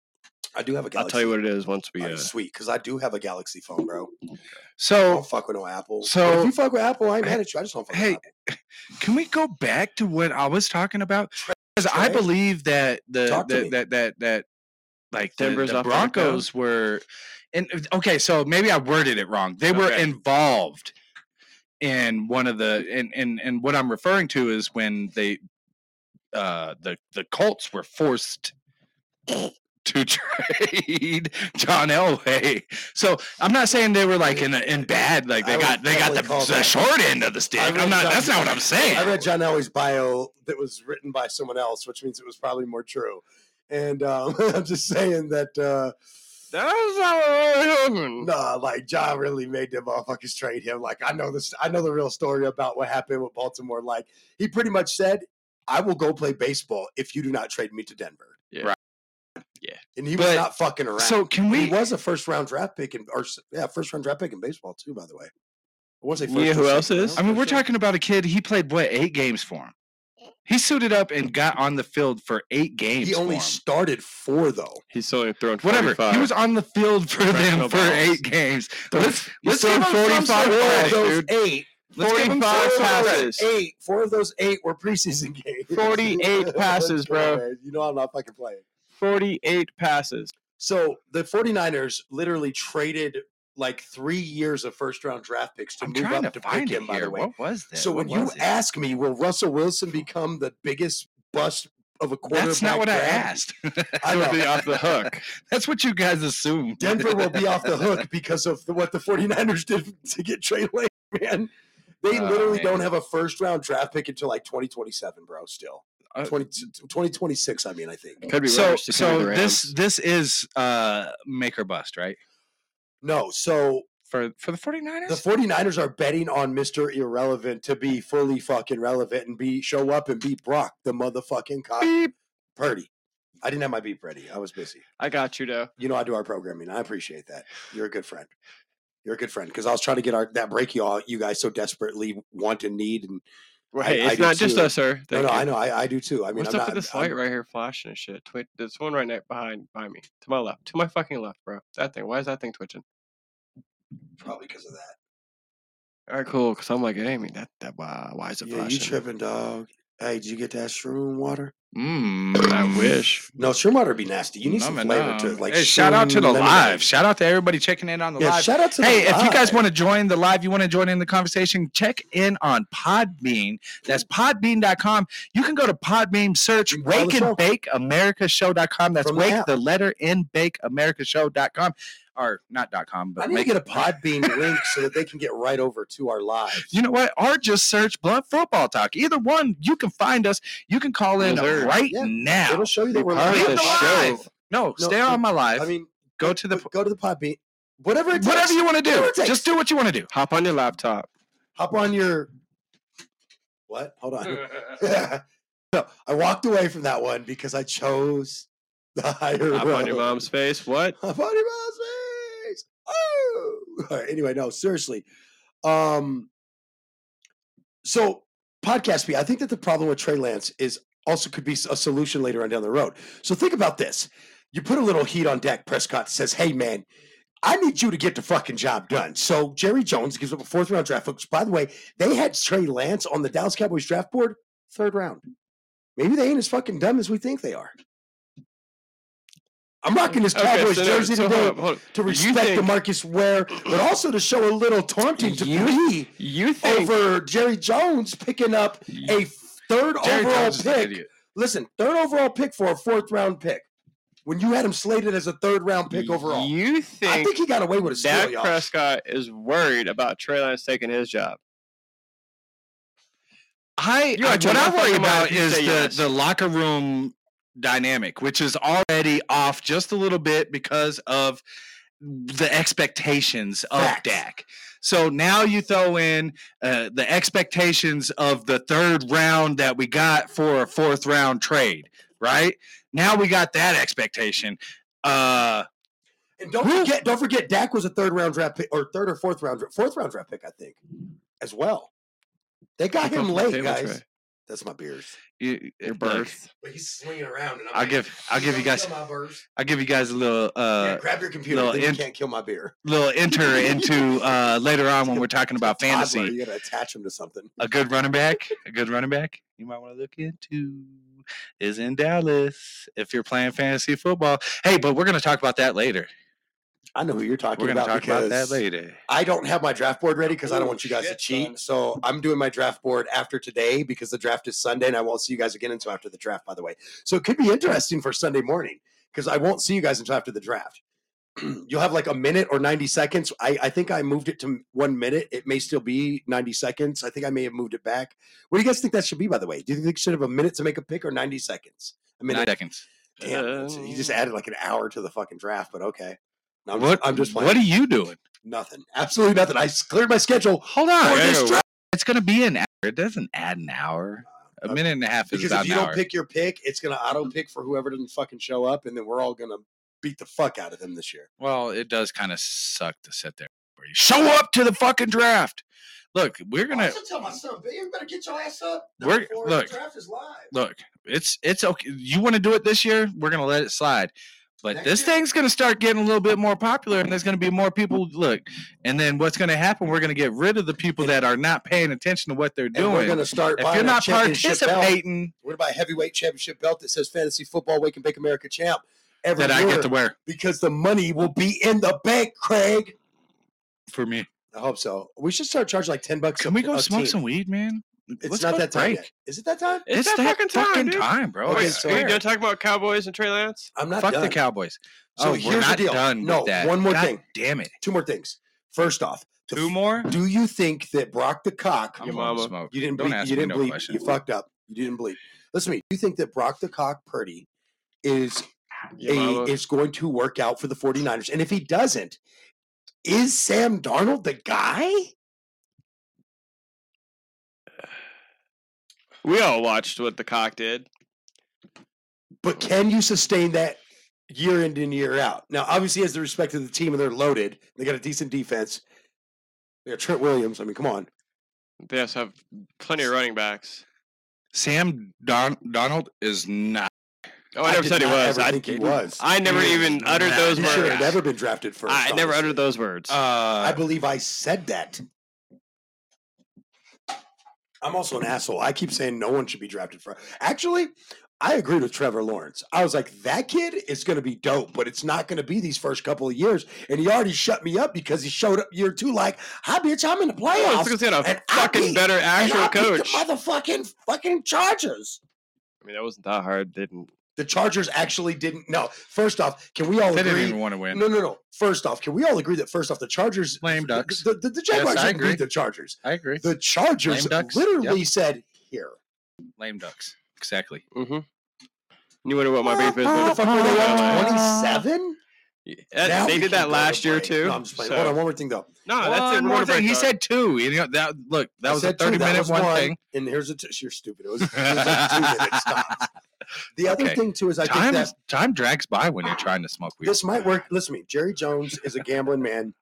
Speaker 1: I do have a
Speaker 3: I'll
Speaker 1: Galaxy.
Speaker 3: tell you what it is once we.
Speaker 1: Oh,
Speaker 3: Uh,
Speaker 1: sweet, because I do have a Galaxy phone,
Speaker 3: Oh.
Speaker 1: bro. I
Speaker 8: So
Speaker 1: don't fuck with no Apple. But
Speaker 8: so-
Speaker 1: if Oh, you fuck with Apple, I ain't
Speaker 8: Hey-
Speaker 1: mad at you. I just don't fuck
Speaker 8: hey,
Speaker 1: with Apple.
Speaker 8: can we go back to what I was talking about? Because I
Speaker 1: Trey?
Speaker 8: believe that the
Speaker 1: Talk to me.
Speaker 8: that, that that that like the,
Speaker 3: Denver's
Speaker 8: the
Speaker 3: off the hook now?
Speaker 8: Broncos were, and uh, okay, so maybe I worded it wrong. They were
Speaker 3: Okay.
Speaker 8: involved in one of the and and and what I'm referring to is when they uh the the Colts were forced to trade John Elway. So I'm not saying they were like in a, in bad like
Speaker 1: I
Speaker 8: they
Speaker 1: would
Speaker 8: got they got
Speaker 1: probably
Speaker 8: the,
Speaker 1: call
Speaker 8: the
Speaker 1: that-
Speaker 8: short end of the stick.
Speaker 1: read
Speaker 8: I'm not.
Speaker 1: John-
Speaker 8: That's not what I'm saying.
Speaker 1: I read John Elway's bio that was written by someone else, which means it was probably more true. And um, I'm just saying that, uh,
Speaker 3: that was not what really happened.
Speaker 1: nah, like John really made them motherfuckers trade him. Like I know this, I know the real story about what happened with Baltimore. Like he pretty much said, "I will go play baseball if you do not trade me to Denver."
Speaker 3: Yeah.
Speaker 8: Right.
Speaker 3: Yeah.
Speaker 1: and he was
Speaker 8: But-
Speaker 1: not fucking around.
Speaker 8: So can
Speaker 1: he
Speaker 8: we?
Speaker 1: was a first round draft pick in, or s- yeah, first round draft pick in baseball too. By the way, I want to say
Speaker 3: You know
Speaker 1: or
Speaker 3: who else
Speaker 1: second
Speaker 3: is?
Speaker 1: round.
Speaker 8: I mean, we're
Speaker 3: for sure.
Speaker 8: talking about a kid. He played what eight games for him. He suited up and got on the field for eight games.
Speaker 1: He only
Speaker 8: for him.
Speaker 1: started four though.
Speaker 3: He's only thrown
Speaker 8: whatever.
Speaker 3: 45.
Speaker 8: He was on the field for them
Speaker 3: Professional
Speaker 8: for
Speaker 3: balls.
Speaker 8: eight games. Let's let's
Speaker 1: thrown
Speaker 8: give him
Speaker 1: 45
Speaker 8: some sort of
Speaker 1: balls,
Speaker 8: credit,
Speaker 1: those
Speaker 8: dude.
Speaker 1: eight.
Speaker 8: Let's give him
Speaker 3: 45
Speaker 8: some
Speaker 3: passes.
Speaker 8: credit.
Speaker 1: Eight. Four of those eight were preseason games.
Speaker 3: 48 passes, bro.
Speaker 1: Man, You know I'm not fucking playing.
Speaker 3: 48 passes.
Speaker 1: So the 49ers literally traded like three years of first round draft picks to
Speaker 8: I'm
Speaker 1: move
Speaker 8: trying
Speaker 1: up to,
Speaker 8: to,
Speaker 1: pick
Speaker 8: find
Speaker 1: him,
Speaker 8: him.
Speaker 1: by
Speaker 8: Here.
Speaker 1: the way.
Speaker 8: What was that?
Speaker 1: So
Speaker 8: What
Speaker 1: when you
Speaker 8: was it?
Speaker 1: ask me, will Russell Wilson become the biggest bust of a quarterback?
Speaker 8: that's not what I
Speaker 1: draft?
Speaker 8: asked.
Speaker 1: I know.
Speaker 3: He'll be off the hook.
Speaker 8: that's what you guys assumed.
Speaker 1: Denver will be off the hook because of the, what the 49ers did to get Trey Lance, man. They
Speaker 8: Oh,
Speaker 1: literally
Speaker 8: man.
Speaker 1: don't have a first round draft pick until like 2027, bro, still.
Speaker 8: Uh,
Speaker 1: 20, 2026, I mean, I think.
Speaker 3: Could be
Speaker 8: so
Speaker 3: worse. It could be
Speaker 8: so
Speaker 3: the
Speaker 8: this
Speaker 3: Rams.
Speaker 8: this is uh make or bust, right?
Speaker 1: No, so
Speaker 8: For for the 49ers?
Speaker 1: the 49ers are betting on Mr. Irrelevant to be fully fucking relevant and be show up and beat Brock, the motherfucking cock. Purdy. I didn't have my beep ready. I was busy.
Speaker 3: I got you, though.
Speaker 1: You know, I do our programming. I appreciate that. You're a good friend. You're a good friend because I was trying to get our that break you all you guys so desperately want and need and
Speaker 3: Right.
Speaker 1: I
Speaker 3: it's
Speaker 1: do
Speaker 3: not just
Speaker 1: too.
Speaker 3: us, sir.
Speaker 1: No,
Speaker 3: Thank
Speaker 1: no,
Speaker 3: you.
Speaker 1: I know. I, I do too. I mean,
Speaker 3: What's
Speaker 1: I'm
Speaker 3: up
Speaker 1: not,
Speaker 3: with this
Speaker 1: I'm-
Speaker 3: light right here flashing and shit? Twitch. There's one right next behind behind me, to my left, to my fucking left, bro. That thing. Why is that thing twitching?
Speaker 1: Probably because of that.
Speaker 3: All right, cool. Cause I'm like, it ain't me. That that why? Why is it
Speaker 1: Yeah, you
Speaker 3: flashing?
Speaker 1: tripping, dog. Hey, did you get that shroom water?
Speaker 8: Mm,
Speaker 3: I wish.
Speaker 1: No, shroom water be nasty. You need some
Speaker 8: Nom and
Speaker 1: flavor to
Speaker 8: nom.
Speaker 1: it. Like
Speaker 8: hey, shout out to
Speaker 1: shroom
Speaker 8: the
Speaker 1: lemonade.
Speaker 8: live. Shout out to everybody checking in on the
Speaker 1: Yeah,
Speaker 8: live.
Speaker 1: shout out to
Speaker 8: Hey,
Speaker 1: the
Speaker 8: if you guys
Speaker 1: live.
Speaker 8: want to join the live, you want to join in the conversation, check in on Podbean. That's podbean.com. You can go to Podbean, search
Speaker 1: You can follow
Speaker 8: Wake
Speaker 1: the show.
Speaker 8: and Bake America Show.com. That's
Speaker 1: From the
Speaker 8: Wake
Speaker 1: app.
Speaker 8: the letter in Bake America Show.com. Or not dot .com, but
Speaker 1: I need to
Speaker 8: make-
Speaker 1: get a Podbean link so that they can get right over to our live.
Speaker 8: you know what? Or just search Blunt Football Talk. Either one, you can find us. You can call in
Speaker 3: Yes, sir.
Speaker 8: right
Speaker 1: Yeah,
Speaker 8: now.
Speaker 1: It'll show you that we're
Speaker 3: part
Speaker 1: live.
Speaker 3: of
Speaker 8: Leave
Speaker 3: the
Speaker 8: the
Speaker 3: show.
Speaker 8: live. No,
Speaker 1: No,
Speaker 8: stay
Speaker 1: no,
Speaker 8: on my live.
Speaker 1: I mean,
Speaker 8: go to the
Speaker 1: but go to the Podbean. Whatever. It
Speaker 8: whatever
Speaker 1: takes.
Speaker 8: you want to
Speaker 1: Whatever
Speaker 8: do.
Speaker 1: it takes.
Speaker 8: Just do what you want to do.
Speaker 3: Hop on your laptop.
Speaker 1: Hop on your. What? Hold on. no, I walked away from that one because I chose the higher
Speaker 3: Hop
Speaker 1: road.
Speaker 3: on your mom's face. What?
Speaker 1: Hop on your mom's face. Oh. All right, anyway, no, seriously. Um. So podcast me. I think that the problem with Trey Lance is also could be s- a solution later on down the road. So think about this. You put a little heat on Dak Prescott. Says, "Hey, man." I need you to get the fucking job done. So Jerry Jones gives up a fourth round draft pick. which, By the way, they had Trey Lance on the Dallas Cowboys draft board, third round. Maybe they ain't as fucking dumb as we think they are. I'm rocking this Cowboys
Speaker 3: Mm, so, no,
Speaker 1: jersey
Speaker 3: so hold
Speaker 1: today
Speaker 3: up, hold up.
Speaker 1: to
Speaker 3: You
Speaker 1: respect the
Speaker 3: think-
Speaker 1: Marcus Ware, but also to show a little taunting to me
Speaker 3: You think
Speaker 1: over Jerry Jones picking up a third overall pick. Listen, third overall pick for a fourth round pick when you had him slated as a third round pick overall.
Speaker 3: You
Speaker 1: I
Speaker 3: think,
Speaker 1: think he got away with a steal,
Speaker 3: Dak
Speaker 1: y'all.
Speaker 3: Prescott is worried about Trey Lance taking his job?
Speaker 8: I,
Speaker 3: You
Speaker 8: I-
Speaker 3: are
Speaker 8: what I
Speaker 3: totally
Speaker 8: worry
Speaker 3: fucking lying
Speaker 8: about
Speaker 3: if you
Speaker 8: is the,
Speaker 3: say yes.
Speaker 8: the locker room dynamic, which is already off just a little bit because of the expectations of
Speaker 1: Facts.
Speaker 8: Dak. So now you throw in uh, the expectations of the third round that we got for a fourth round trade, right? Now we got that expectation. Uh,
Speaker 1: And don't forget, don't forget, Dak was a third round draft pick or third or fourth round, dra- fourth round draft pick, I think, as well. They got
Speaker 9: That's
Speaker 1: him
Speaker 9: off my
Speaker 1: late,
Speaker 9: table
Speaker 1: guys.
Speaker 9: tray.
Speaker 1: That's my beers.
Speaker 8: you-
Speaker 9: Your
Speaker 8: look,
Speaker 9: birth.
Speaker 1: But he's slinging around, and
Speaker 8: I'll like, give- I'll give you "You don't guys- kill
Speaker 1: my beers.
Speaker 8: I'll give you guys a little uh,
Speaker 1: grab your computer.
Speaker 8: no,
Speaker 1: then you
Speaker 8: and-
Speaker 1: can't kill my beer.
Speaker 8: little enter into uh, later on when we're talking about
Speaker 1: Toddler,
Speaker 8: fantasy.
Speaker 1: you got to attach him to something.
Speaker 8: a good running back, a good running back you might want to look into is in Dallas if you're playing fantasy football. Hey, but we're going to talk about that later.
Speaker 1: I know who you're talking
Speaker 8: We're going to
Speaker 1: about.
Speaker 8: talk about that
Speaker 1: because
Speaker 8: later.
Speaker 1: I don't have my draft board ready because I don't
Speaker 3: Oh,
Speaker 1: want you guys to
Speaker 3: shit,
Speaker 1: cheat.
Speaker 3: son.
Speaker 1: So I'm doing my draft board after today because the draft is Sunday and I won't see you guys again until after the draft, by the way. So it could be interesting for Sunday morning because I won't see you guys until after the draft. You'll have like a minute or 90 seconds. I, I think I moved it to one minute. It may still be 90 seconds. I think I may have moved it back. What do you guys think that should be, by the way? Do you think it should have a minute to make a pick or 90 seconds? A
Speaker 8: Nine
Speaker 1: minute.
Speaker 8: seconds.
Speaker 1: Damn, it's- you just added like an hour to the fucking draft, but okay. No, I'm,
Speaker 8: What,
Speaker 1: just, I'm just playing.
Speaker 8: what are you doing?
Speaker 1: Nothing. Absolutely nothing. I s- cleared my schedule
Speaker 8: Hold on.
Speaker 1: for this draft.
Speaker 8: It's going to be an hour. It doesn't add an hour. A
Speaker 1: Uh,
Speaker 8: minute and a half is
Speaker 1: Because
Speaker 8: about
Speaker 1: if you
Speaker 8: an hour. Mm-hmm.
Speaker 1: don't pick your pick, it's going to auto pick for whoever didn't fucking show up, and then we're all going to beat the fuck out of them this year.
Speaker 8: well, it does kind of suck to sit there. where you Show up to the fucking draft. Look, we're going to
Speaker 1: tell my son, "Babe, you better get your ass up.
Speaker 8: We're- look.
Speaker 1: draft is live.
Speaker 8: look, it's it's okay. You want to do it this year? We're gonna let it slide. But
Speaker 1: Next
Speaker 8: this
Speaker 1: year.
Speaker 8: thing's gonna start getting a little bit more popular, and there's gonna be more people. Look, and then what's gonna happen? We're gonna get rid of the people that are not paying attention to what they're
Speaker 1: And we're going
Speaker 8: doing.
Speaker 1: to start.
Speaker 8: If
Speaker 1: buying
Speaker 8: you're
Speaker 1: a
Speaker 8: not
Speaker 1: championship Belt.
Speaker 8: participating,
Speaker 1: We're going to buy a heavyweight championship belt that says "Fantasy Football Wake and Bake America Champ" every
Speaker 8: that I
Speaker 1: year
Speaker 8: get to wear
Speaker 1: because the money will be in the bank, Craig.
Speaker 8: for me.
Speaker 1: I hope so. We should start charging like ten bucks.
Speaker 8: Can
Speaker 1: a-
Speaker 8: we go
Speaker 1: a
Speaker 8: smoke
Speaker 1: team.
Speaker 8: some weed, man?
Speaker 1: It's
Speaker 8: Let's
Speaker 1: not
Speaker 8: go
Speaker 1: that time.
Speaker 8: break.
Speaker 1: Yet. Is it that time?
Speaker 8: It's, that, fucking time,
Speaker 3: dude.
Speaker 8: bro.
Speaker 1: Okay,
Speaker 8: I
Speaker 3: Wait,
Speaker 1: so-
Speaker 3: are you
Speaker 8: swear.
Speaker 3: done talking about Cowboys and Trey Lance?
Speaker 1: I'm not
Speaker 8: Fuck
Speaker 1: done.
Speaker 8: the Cowboys.
Speaker 1: So
Speaker 8: oh,
Speaker 1: here's
Speaker 8: we're
Speaker 1: the
Speaker 8: not
Speaker 1: deal.
Speaker 8: done with
Speaker 1: No,
Speaker 8: that.
Speaker 1: one more
Speaker 8: God
Speaker 1: thing.
Speaker 8: Damn it.
Speaker 1: Two more things. First off, the
Speaker 8: Two
Speaker 1: f-
Speaker 8: more.
Speaker 1: Do you think that Brock the cock?
Speaker 8: I'm
Speaker 3: Your
Speaker 8: gonna
Speaker 3: mama.
Speaker 8: smoke.
Speaker 1: You didn't.
Speaker 8: Don't
Speaker 1: bleep-
Speaker 8: ask
Speaker 1: you
Speaker 8: me
Speaker 1: didn't
Speaker 8: no
Speaker 1: bleep.
Speaker 8: questions.
Speaker 1: You fucked up. You didn't bleep. Listen to me. Do you think that Brock the cock Purdy is
Speaker 3: Your
Speaker 1: a,
Speaker 3: mama.
Speaker 1: is going to work out for the 49ers? And if he doesn't, is Sam Darnold the guy?
Speaker 3: We all watched what the cock did.
Speaker 1: But can you sustain that year in and year out? Now, obviously, he has the respect of the team, and they're loaded. They got a decent defense. They got Trent Williams. I mean, come on.
Speaker 3: They also have plenty of running backs.
Speaker 8: Sam Don- Donald is not.
Speaker 3: Oh, I, never
Speaker 1: did
Speaker 3: said he
Speaker 1: not
Speaker 3: was.
Speaker 1: ever
Speaker 3: I,
Speaker 1: think he was.
Speaker 3: I never even uttered those
Speaker 1: He
Speaker 3: words.
Speaker 1: should have never been drafted first.
Speaker 3: I never
Speaker 1: honestly.
Speaker 3: uttered those words.
Speaker 1: I
Speaker 8: Uh,
Speaker 1: believe I said that. I'm also an asshole. I keep saying no one should be drafted for. Actually, I agreed with Trevor Lawrence. I was like, that kid is going to be dope, but it's not going to be these first couple of years. And he already shut me up because he showed up year two like, hi, bitch, I'm in the
Speaker 3: Oh,
Speaker 1: playoffs.
Speaker 3: it's gonna get a
Speaker 1: and I
Speaker 3: fucking
Speaker 1: beat-
Speaker 3: better
Speaker 1: and
Speaker 3: actual
Speaker 1: I beat
Speaker 3: coach.
Speaker 1: The motherfucking fucking Chargers.
Speaker 3: I mean, that wasn't that hard. They didn't.
Speaker 1: The Chargers actually didn't. No, first off, can we all
Speaker 8: they didn't
Speaker 1: agree?
Speaker 8: even want to win.
Speaker 1: No, no, no. First off, can we all agree that first off, the Chargers,
Speaker 8: Lame ducks.
Speaker 1: the, the, the Jaguars
Speaker 8: I
Speaker 1: didn't
Speaker 8: agree.
Speaker 1: beat the Chargers.
Speaker 8: I agree.
Speaker 1: the Chargers
Speaker 8: Lame ducks,
Speaker 1: literally said, "Here,
Speaker 8: Lame ducks. Exactly.
Speaker 3: Mm-hmm. You wonder what my beef is?
Speaker 1: the
Speaker 3: with
Speaker 1: fuck were they
Speaker 3: Uh,
Speaker 1: on twenty-seven?
Speaker 3: it. That- they did that last year too.
Speaker 1: No, I'm just playing.
Speaker 3: so-
Speaker 1: Hold on, one more thing though.
Speaker 3: No, that's it.
Speaker 8: one
Speaker 3: We're
Speaker 8: more
Speaker 3: gonna
Speaker 8: thing.
Speaker 3: break
Speaker 8: He
Speaker 3: up.
Speaker 8: said two. You know that. Look, that
Speaker 1: I
Speaker 8: was a
Speaker 1: said two, that
Speaker 8: thirty-minute
Speaker 1: was
Speaker 8: one, thing.
Speaker 1: and here's a t- you're stupid. It was, it was like two minutes. Stop. The other
Speaker 8: Okay.
Speaker 1: thing too is I think
Speaker 8: Time
Speaker 1: that
Speaker 8: is, time drags by when you're trying to smoke weed.
Speaker 1: this might work. Listen to me, Jerry Jones is a gambling man,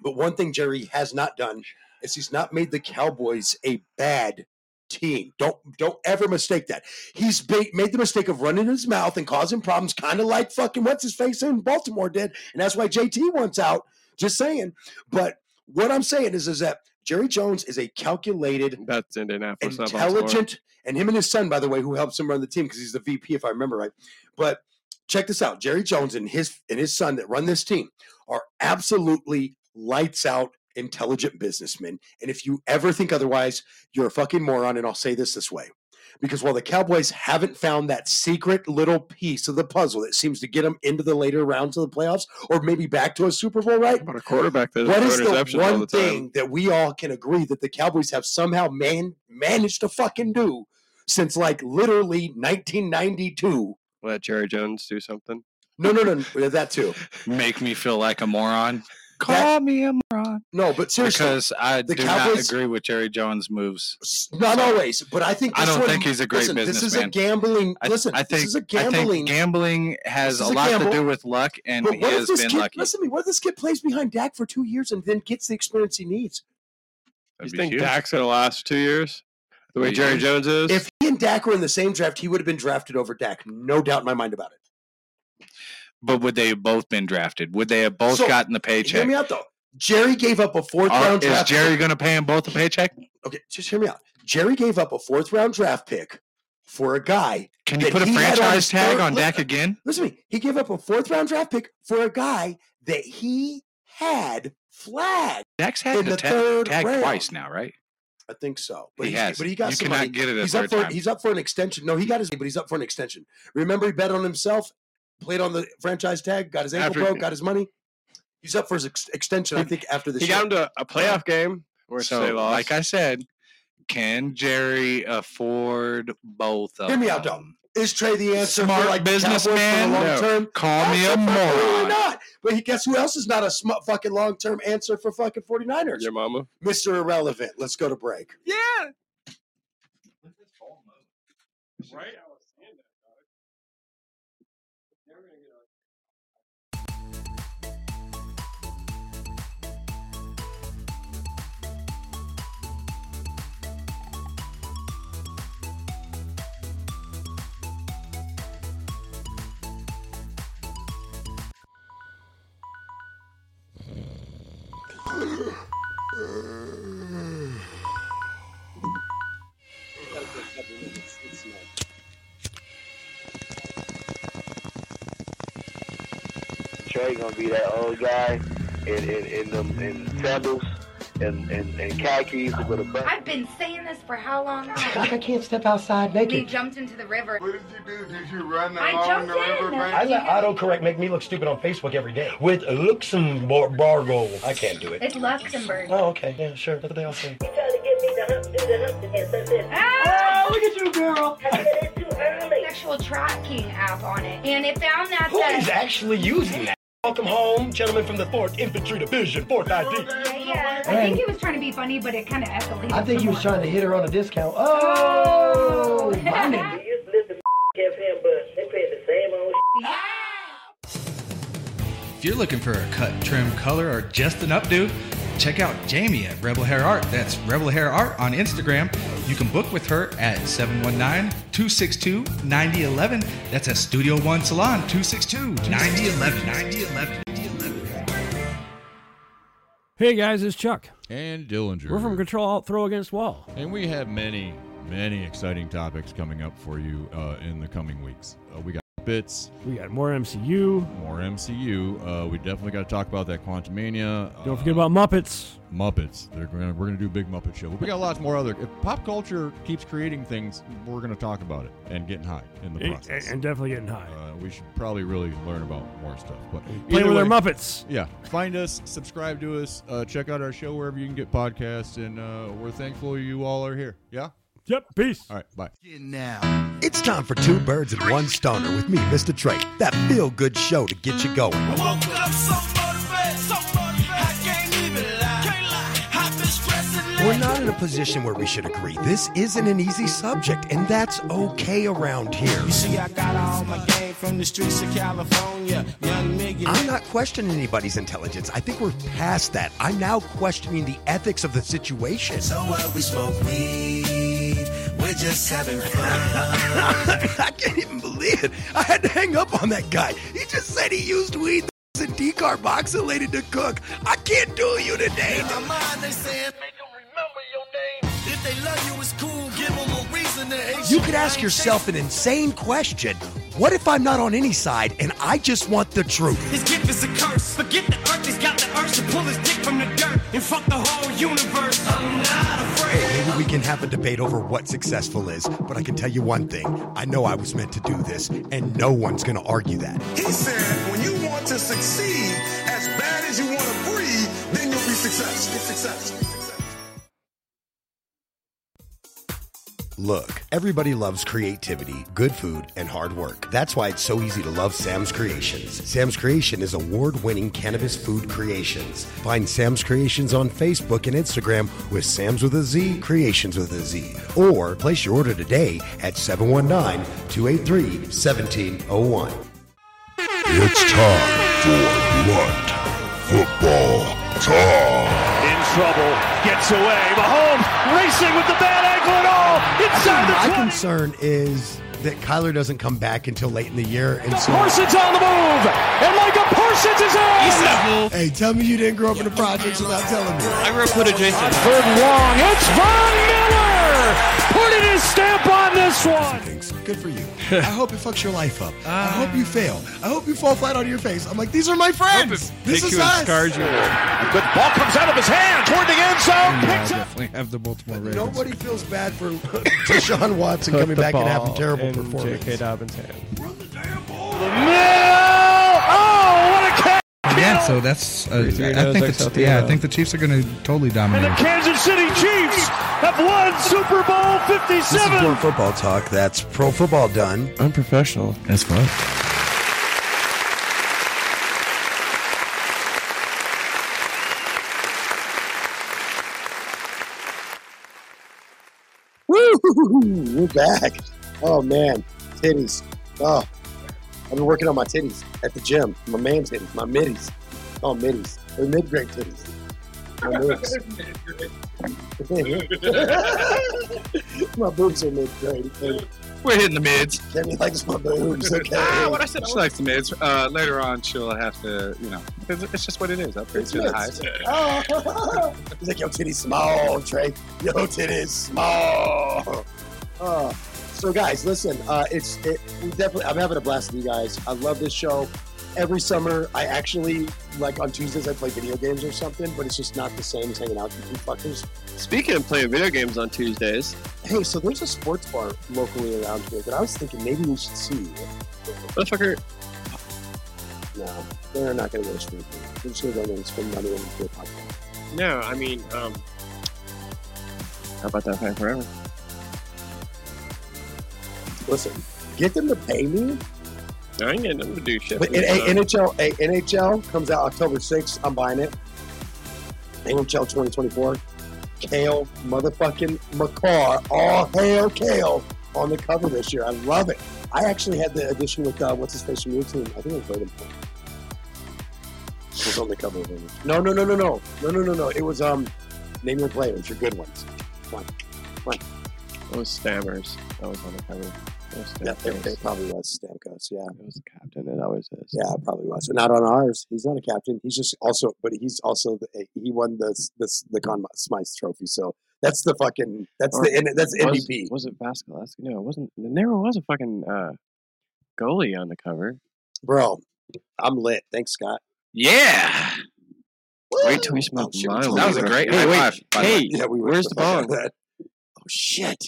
Speaker 1: but one thing Jerry has not done is he's not made the Cowboys a bad team. Don't don't ever mistake that. He's ba- made the mistake of running his mouth and causing problems, kind of like fucking what's his face in Baltimore did, and that's why JT wants out. Just saying. But what I'm saying is, is that Jerry Jones is a calculated
Speaker 3: That's Indianapolis. not Baltimore.
Speaker 1: intelligent, and him and his son, by the way, who helps him run the team because he's the VP, if I remember right. But check this out: Jerry Jones and his and his son that run this team are absolutely lights out, intelligent businessmen. And if you ever think otherwise, you're a fucking moron. And I'll say this this way. Because while the Cowboys haven't found that secret little piece of the puzzle that seems to get them into the later rounds of the playoffs or maybe back to a Super Bowl, right?
Speaker 3: About a quarterback that
Speaker 1: What is
Speaker 3: throws
Speaker 1: the
Speaker 3: interceptions all
Speaker 1: one
Speaker 3: the time.
Speaker 1: thing that we all can agree that the Cowboys have somehow man managed to fucking do since like literally 1992?
Speaker 3: Let Jerry Jones do something.
Speaker 4: No, no, no, no, that too.
Speaker 8: Make me feel like a moron. Call
Speaker 4: That-
Speaker 8: me a moron.
Speaker 4: No, but seriously,
Speaker 8: Because I
Speaker 4: the
Speaker 8: do
Speaker 4: Cowboys-
Speaker 8: not agree with Jerry Jones' moves.
Speaker 4: s- not always. But I think
Speaker 8: I
Speaker 4: this
Speaker 8: don't
Speaker 4: one-
Speaker 8: think he's a great
Speaker 4: listen, This is a
Speaker 8: businessman.
Speaker 4: gambling.
Speaker 8: I,
Speaker 4: listen,
Speaker 8: I think,
Speaker 4: this is a
Speaker 8: I
Speaker 4: gambling.
Speaker 8: think gambling has
Speaker 4: This is
Speaker 8: a
Speaker 4: a
Speaker 8: lot
Speaker 4: gamble.
Speaker 8: to do with luck, and
Speaker 4: but
Speaker 8: he
Speaker 4: what if
Speaker 8: has
Speaker 4: this
Speaker 8: been
Speaker 4: kid?
Speaker 8: lucky.
Speaker 4: Listen to me. What if this kid plays behind Dak for two years and then gets the experience he needs?
Speaker 8: That'd
Speaker 3: you
Speaker 8: be
Speaker 3: think
Speaker 8: huge.
Speaker 3: Dak's gonna last two years? The way
Speaker 8: That'd be
Speaker 3: Jerry
Speaker 8: huge.
Speaker 3: Jones is?
Speaker 4: If he and Dak were in the same draft, he would have been drafted over Dak. No doubt in my mind about it.
Speaker 8: But would they have both been drafted? Would they have both
Speaker 4: So,
Speaker 8: gotten the
Speaker 4: Hear
Speaker 8: paycheck?
Speaker 4: me out though. Jerry gave up a fourth
Speaker 8: Are-
Speaker 4: round
Speaker 8: Uh, is
Speaker 4: draft. pick-
Speaker 8: Jerry going to pay them both a paycheck?
Speaker 4: okay, just hear me out. Jerry gave up a fourth round draft pick for a guy.
Speaker 8: Can you
Speaker 4: that
Speaker 8: put a
Speaker 4: he had on
Speaker 8: franchise
Speaker 4: his
Speaker 8: tag
Speaker 4: third-
Speaker 8: on
Speaker 4: li-
Speaker 8: Dak again?
Speaker 4: Listen to me. He gave up a fourth round draft pick for a guy that he had flagged.
Speaker 8: Dak's
Speaker 4: In
Speaker 8: had
Speaker 4: the
Speaker 8: the ta-
Speaker 4: third
Speaker 8: tag
Speaker 4: round.
Speaker 8: twice now, right?
Speaker 4: I think so.
Speaker 8: he
Speaker 4: he's-
Speaker 8: has.
Speaker 4: But he got
Speaker 8: you
Speaker 4: somebody.
Speaker 8: cannot get it a
Speaker 4: He's
Speaker 8: third
Speaker 4: up for
Speaker 8: time.
Speaker 4: he's up for an extension. No, he got his, but he's up for an extension. Remember, he bet on himself, played on the franchise tag, got his ankle
Speaker 3: After-
Speaker 4: broke, got his money. He's up for his ex- extension. I think after this
Speaker 3: he
Speaker 4: year.
Speaker 3: got him to a playoff game where
Speaker 8: so,
Speaker 3: they lost.
Speaker 8: like I said, can Jerry afford both of
Speaker 4: Hear
Speaker 8: them?
Speaker 4: me out, though. Is Trey the answer? for,
Speaker 8: Smart
Speaker 4: like the Cowboys
Speaker 8: businessman?
Speaker 4: for the long
Speaker 8: No.
Speaker 4: term.
Speaker 8: Call me a
Speaker 4: Absolutely
Speaker 8: moron.
Speaker 4: not. But he, guess who else is not a sm- fucking long term answer for fucking 49ers?
Speaker 3: your mama.
Speaker 4: Mr. Irrelevant. Let's go to break.
Speaker 3: Yeah.
Speaker 10: Trey gonna be that old guy in in in, them, in sandals and, and and khakis with a bunch.
Speaker 11: I've been saying this for how long?
Speaker 12: Like I can't step outside
Speaker 11: we
Speaker 12: naked.
Speaker 11: jumped into the river.
Speaker 10: What did you do? Did you run
Speaker 11: I jumped in.
Speaker 12: I let autocorrect make me look stupid on Facebook every day with Luxembourgo. I can't do it.
Speaker 11: It's Luxembourg.
Speaker 12: Oh, okay. Yeah, sure. That's what they all say.
Speaker 11: Ah!
Speaker 12: look at you, girl.
Speaker 11: Sexual trafficking app on it, and it found that
Speaker 12: Who is
Speaker 11: the
Speaker 12: actually using that? Welcome home, gentlemen from the 4th Infantry Division, 4th ID.
Speaker 11: yeah, yeah. I
Speaker 12: Right.
Speaker 11: think he was trying to be funny, but it kind of escalated.
Speaker 12: I think he was
Speaker 11: some
Speaker 12: trying to hit her on a discount. Oh,
Speaker 11: more.
Speaker 12: my nigga.
Speaker 11: Yeah.
Speaker 12: Ah!
Speaker 6: If you're looking for a cut, trim, color, or just an updo, check out Jamie at Rebel Hair Art. That's Rebel Hair Art on Instagram. You can book with her at 719 262 9011. That's at Studio One Salon 262 9011. 9011.
Speaker 13: Hey guys, it's Chuck.
Speaker 14: And Dillinger.
Speaker 13: We're from Control Alt Throw Against Wall.
Speaker 14: And we have many, many exciting topics coming up for you uh, in the coming weeks. Uh, we got bits,
Speaker 13: We got more MCU.
Speaker 14: more MCU. Uh, we definitely got to talk about that Quantumania. Uh,
Speaker 13: Don't forget about Muppets.
Speaker 14: Muppets. They're gonna, we're going to do a big Muppet show. But we got lots more other. If pop culture keeps creating things, we're going to talk about it and getting high in the
Speaker 13: And,
Speaker 14: process.
Speaker 13: and definitely getting high.
Speaker 14: uh, we should probably really learn about more stuff. But
Speaker 13: Playing
Speaker 14: either
Speaker 13: with our
Speaker 14: way-
Speaker 13: Muppets.
Speaker 14: yeah find us subscribe to us uh, check out our show wherever you can get podcasts and uh, we're thankful you all are here yeah
Speaker 13: Yep, peace.
Speaker 14: all right bye
Speaker 1: Now, it's time for two birds and one stoner with me, Mr. Trey. That feel good show to get you going. We're not in a position where we should agree. This isn't an easy subject, and that's okay around here. I'm not questioning anybody's intelligence. I think we're past that. I'm now questioning the ethics of the situation. So what we smoke weed. We're just having fun. I can't even believe it. I had to hang up on that guy. He just said he used weed and decarboxylated to cook. I can't do you today. You could ask yourself an insane question. What if I'm not on any side and I just want the truth?
Speaker 6: His gift is a curse. Forget the earth, he's got the urge to pull his dick from the dirt and fuck the whole universe. I'm not afraid.
Speaker 1: Maybe we can have a debate over what successful is, but I can tell you one thing. I know I was meant to do this, and no one's going to argue that.
Speaker 6: He said, when you want to succeed as bad as you want to breathe, then you'll be successful. successful.
Speaker 1: Look, everybody loves creativity, good food, and hard work. That's why it's so easy to love Sam's Creations. Sam's Creation is award winning cannabis food creations. Find Sam's Creations on Facebook and Instagram with Sam's with a Z, Creations with a Z. Or place your order today at 719 283 1701.
Speaker 15: It's time for blunt football talk.
Speaker 2: In trouble, gets away. Mahomes racing with the bad ankle and all inside the
Speaker 1: My
Speaker 2: 20.
Speaker 1: concern is that Kyler doesn't come back until late in the year. And so.
Speaker 2: Parsons on the move, and Micah Parsons is in.
Speaker 1: Hey, tell me you didn't grow up in the projects without telling me.
Speaker 3: I grew up with a Jason.
Speaker 2: Third and long. It's Von Miller putting his stamp on this one.
Speaker 1: Good for you. I hope it fucks your life up. I hope you fail. I hope you fall flat on your face. I'm like, these are my friends. This is us.
Speaker 2: Good ball comes out of his hand toward the end zone. Picks up.
Speaker 16: definitely have the Baltimore Ravens.
Speaker 1: Nobody feels bad for Deshaun Watson
Speaker 16: Put
Speaker 1: coming
Speaker 16: the
Speaker 1: back and having
Speaker 16: ball
Speaker 1: terrible
Speaker 16: in
Speaker 1: performance.
Speaker 16: J.K.
Speaker 1: Dobbins' hand.
Speaker 2: Oh,
Speaker 16: Yeah, so that's. Uh,
Speaker 1: three,
Speaker 16: I
Speaker 1: no,
Speaker 16: think
Speaker 1: six,
Speaker 16: the,
Speaker 1: healthy,
Speaker 16: yeah, I
Speaker 1: no.
Speaker 16: think the Chiefs are going to totally dominate. them.
Speaker 2: Kansas City Chiefs have won Super Bowl 57.
Speaker 1: football talk. That's pro football done. Unprofessional. That's fun.
Speaker 4: Woo! We're back. Oh man, titties. Oh, I've been working on my titties at the gym. My man titties, my middies. Oh, middies. They're mid grade titties. My boobs. my boobs are mid grade.
Speaker 8: We're hitting the mids.
Speaker 4: Kenny likes my boobs. Okay.
Speaker 8: Ah, what I said. She likes the mids. Uh, later on, she'll have to, you know, it's, it's just what it is. Upgrades to the highs.
Speaker 4: Oh. He's like, yo, titties small, Trey. Yo, titties
Speaker 8: Oh.
Speaker 4: small. Uh, so, guys, listen. Uh, it's it, we definitely. I'm having a blast with you guys. I love this show. Every summer, I actually like on Tuesdays I play video games or something, but it's just not the same as hanging out with you fuckers.
Speaker 3: Speaking of playing video games on Tuesdays,
Speaker 4: Hey, so there's a sports bar locally around here that I was thinking maybe we should see.
Speaker 3: motherfucker,
Speaker 4: No, they're not going to go to street. food. They're just going to go there and spend money and do a podcast.
Speaker 3: no, I mean, um, how about that thing forever?
Speaker 4: Listen, get them to pay me
Speaker 3: I ain't getting them to do shit.
Speaker 4: But
Speaker 3: for me,
Speaker 4: in,
Speaker 3: so.
Speaker 4: a, NHL, a, NHL comes out October 6th. I'm buying it. NHL 2024. Kale motherfucking McCarr. All hail Kale on the cover this year. I love it. I actually had the edition with uh, what's his face from your team. I think it was Braden Point. Was on the cover of it. No, no, no, no, no, no, no, no, no. It was um, name your players, your good ones. One, one.
Speaker 3: Those stammers. That was on the cover. Those
Speaker 4: Yeah, it,
Speaker 3: Stamkos.
Speaker 4: it probably was Stamkos. Yeah, it
Speaker 3: was the captain. It always is.
Speaker 4: Yeah, it probably was. Not on ours. He's not a captain. He's just also, but he's also the, eh, he won the the the Conn Smythe Trophy. So that's the fucking that's
Speaker 3: Or
Speaker 4: the the that's
Speaker 3: was-
Speaker 4: MVP.
Speaker 3: Was it Vasquez? No, it wasn't. There was a fucking uh, goalie on the cover.
Speaker 4: Bro, I'm lit. Thanks, Scott.
Speaker 3: Yeah. Wait till Oh, we smoke my
Speaker 4: we
Speaker 3: weed.
Speaker 4: totally
Speaker 3: That was a
Speaker 4: were-
Speaker 3: great
Speaker 4: Hey,
Speaker 3: high
Speaker 4: wait.
Speaker 3: five, by the way.
Speaker 4: Hey, yeah, we were
Speaker 3: where's the
Speaker 4: the fuck
Speaker 3: bong?
Speaker 4: out of that. Oh shit.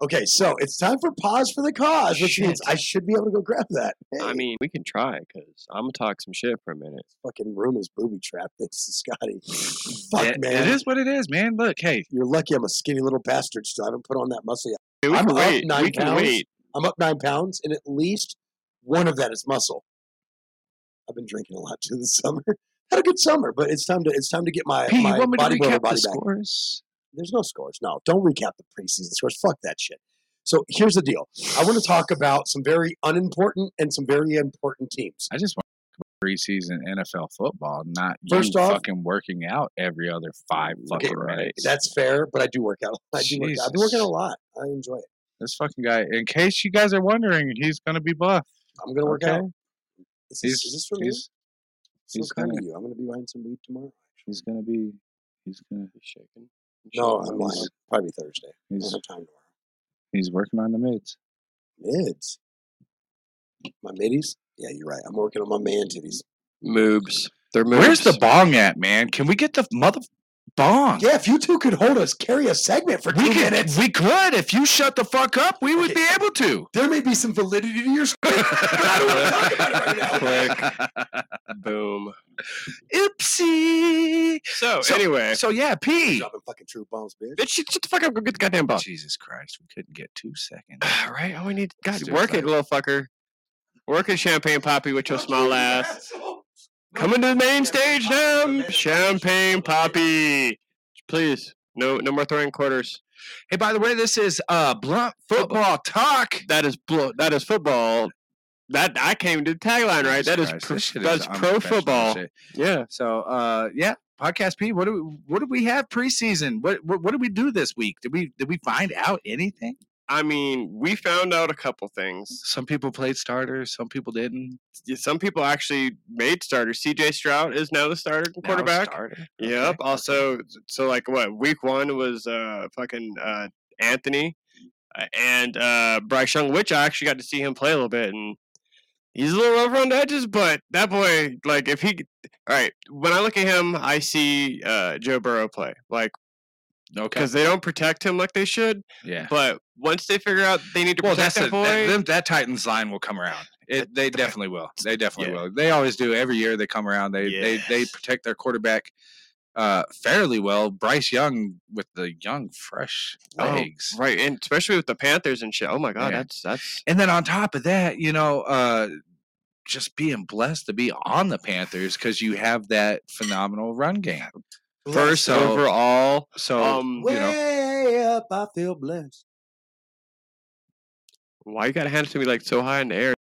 Speaker 4: Okay, so it's time for pause for the cause, which means I should be able to go grab that.
Speaker 3: I mean, we can try because I'm gonna talk some shit for a minute.
Speaker 4: Fucking room is booby trapped. Thanks to Scotty. Fuck,
Speaker 3: It-
Speaker 4: man.
Speaker 3: it is
Speaker 4: what it is, man. Look, hey, you're lucky. I'm a skinny little bastard. Still, I haven't put on that muscle yet.
Speaker 3: Dude, we
Speaker 4: I'm
Speaker 3: can
Speaker 4: up
Speaker 3: wait.
Speaker 4: nine
Speaker 3: We can
Speaker 4: pounds.
Speaker 3: wait.
Speaker 4: I'm up nine pounds, and at least one of that is muscle. I've been drinking a lot too this summer. Had a good summer, but it's time to it's time to get my
Speaker 3: Hey, you
Speaker 4: my
Speaker 3: want me to
Speaker 4: bodybuilder
Speaker 3: recap the
Speaker 4: body back.
Speaker 3: scores?
Speaker 4: There's no scores. No, don't recap the preseason scores. Fuck that shit. So here's the deal. I want to talk about some very unimportant and some very important teams.
Speaker 8: I just want preseason NFL football, not
Speaker 4: First
Speaker 8: you
Speaker 4: off-
Speaker 8: fucking working out every other five fucking minutes.
Speaker 4: That's fair, but I do work out. I do work out. I've been working
Speaker 8: Jesus.
Speaker 4: out a lot. I enjoy it.
Speaker 8: This fucking guy. In case you guys are wondering, he's gonna be buff.
Speaker 4: I'm gonna work
Speaker 8: Okay?
Speaker 4: out. Is this,
Speaker 8: He's-
Speaker 4: is this from you?
Speaker 8: he's- he's
Speaker 4: It's kind of
Speaker 8: gonna-
Speaker 4: you. I'm gonna be buying some weed tomorrow.
Speaker 8: He's gonna be. He's gonna be
Speaker 3: shaking.
Speaker 4: No, I'm lying.
Speaker 8: He's-
Speaker 4: Probably Thursday. I don't
Speaker 8: he's-
Speaker 4: have time
Speaker 8: He's working on the mids.
Speaker 4: tomorrow. Mids. My middies? Yeah, you're right. I'm working on my man titties.
Speaker 3: Moobs. They're
Speaker 8: Where's the bong at, man? Can we get the mother bong?
Speaker 4: Yeah, if you two could hold us, carry a segment for two
Speaker 8: we could,
Speaker 4: minutes.
Speaker 8: We could. If you shut the fuck up, we would be able to.
Speaker 4: There may be some validity to your. but I don't want to talk about it right now.
Speaker 3: Click. Boom. Oopsie. So, anyway.
Speaker 4: so yeah, P.
Speaker 3: Dropping
Speaker 4: fucking true bones, bitch.
Speaker 3: Bitch, shut shut the fuck up. Go get the goddamn ball.
Speaker 8: Oh, Jesus Christ, we couldn't get two seconds.
Speaker 3: All right. All we need. God,
Speaker 8: Let's do it
Speaker 3: work it,
Speaker 8: later.
Speaker 3: little fucker. Work it, champagne poppy, with your small ass. Coming to the main stage now, champagne poppy. Please, no, no more throwing quarters. Hey, by the way, this is uh blunt football talk. That is blunt. That is football. That I came to the tagline right. That is
Speaker 8: Christ,
Speaker 3: pro,
Speaker 8: this shit is
Speaker 3: that's pro
Speaker 8: unprofessional
Speaker 3: football.
Speaker 8: shit.
Speaker 3: Yeah.
Speaker 8: So, uh, yeah, podcast P. What do we what do we have preseason? What what, what do we do this week? Did we did we find out anything?
Speaker 3: I mean, we found out a couple things.
Speaker 8: Some people played starters. Some people didn't.
Speaker 3: Yeah, Some people actually made starters. C.J. Stroud is now the starter
Speaker 8: Now a
Speaker 3: quarterback.
Speaker 8: starter.
Speaker 3: Yep. Also, so like what week one was uh fucking uh Anthony uh, and uh Bryce Young, which I actually got to see him play a little bit, and he's a little rough around the edges, but that boy, like, if he, g- all right, when I look at him, I see uh Joe Burrow play, like,
Speaker 8: Okay.
Speaker 3: because they don't protect him like they should,
Speaker 8: Yeah.
Speaker 3: but once they figure out they need to
Speaker 8: well,
Speaker 3: protect
Speaker 8: that's
Speaker 3: that boy,
Speaker 8: the- that, them- that Titans line will come around. It, they definitely will. They definitely will. They always do. Every year they come around. They they they protect their quarterback uh, fairly well. Bryce Young with the young fresh
Speaker 3: Oh,
Speaker 8: legs,
Speaker 3: right? And especially with the Panthers and shit. Oh my god,
Speaker 8: Yeah.
Speaker 3: that's that's
Speaker 8: And then on top of that, you know, uh, just being blessed to be on the Panthers because you have that phenomenal run game.
Speaker 3: Blessed.
Speaker 8: First overall, so
Speaker 3: um,
Speaker 8: you know,
Speaker 4: Way up, I feel blessed.
Speaker 3: why you gotta hand it to me like so high in the air?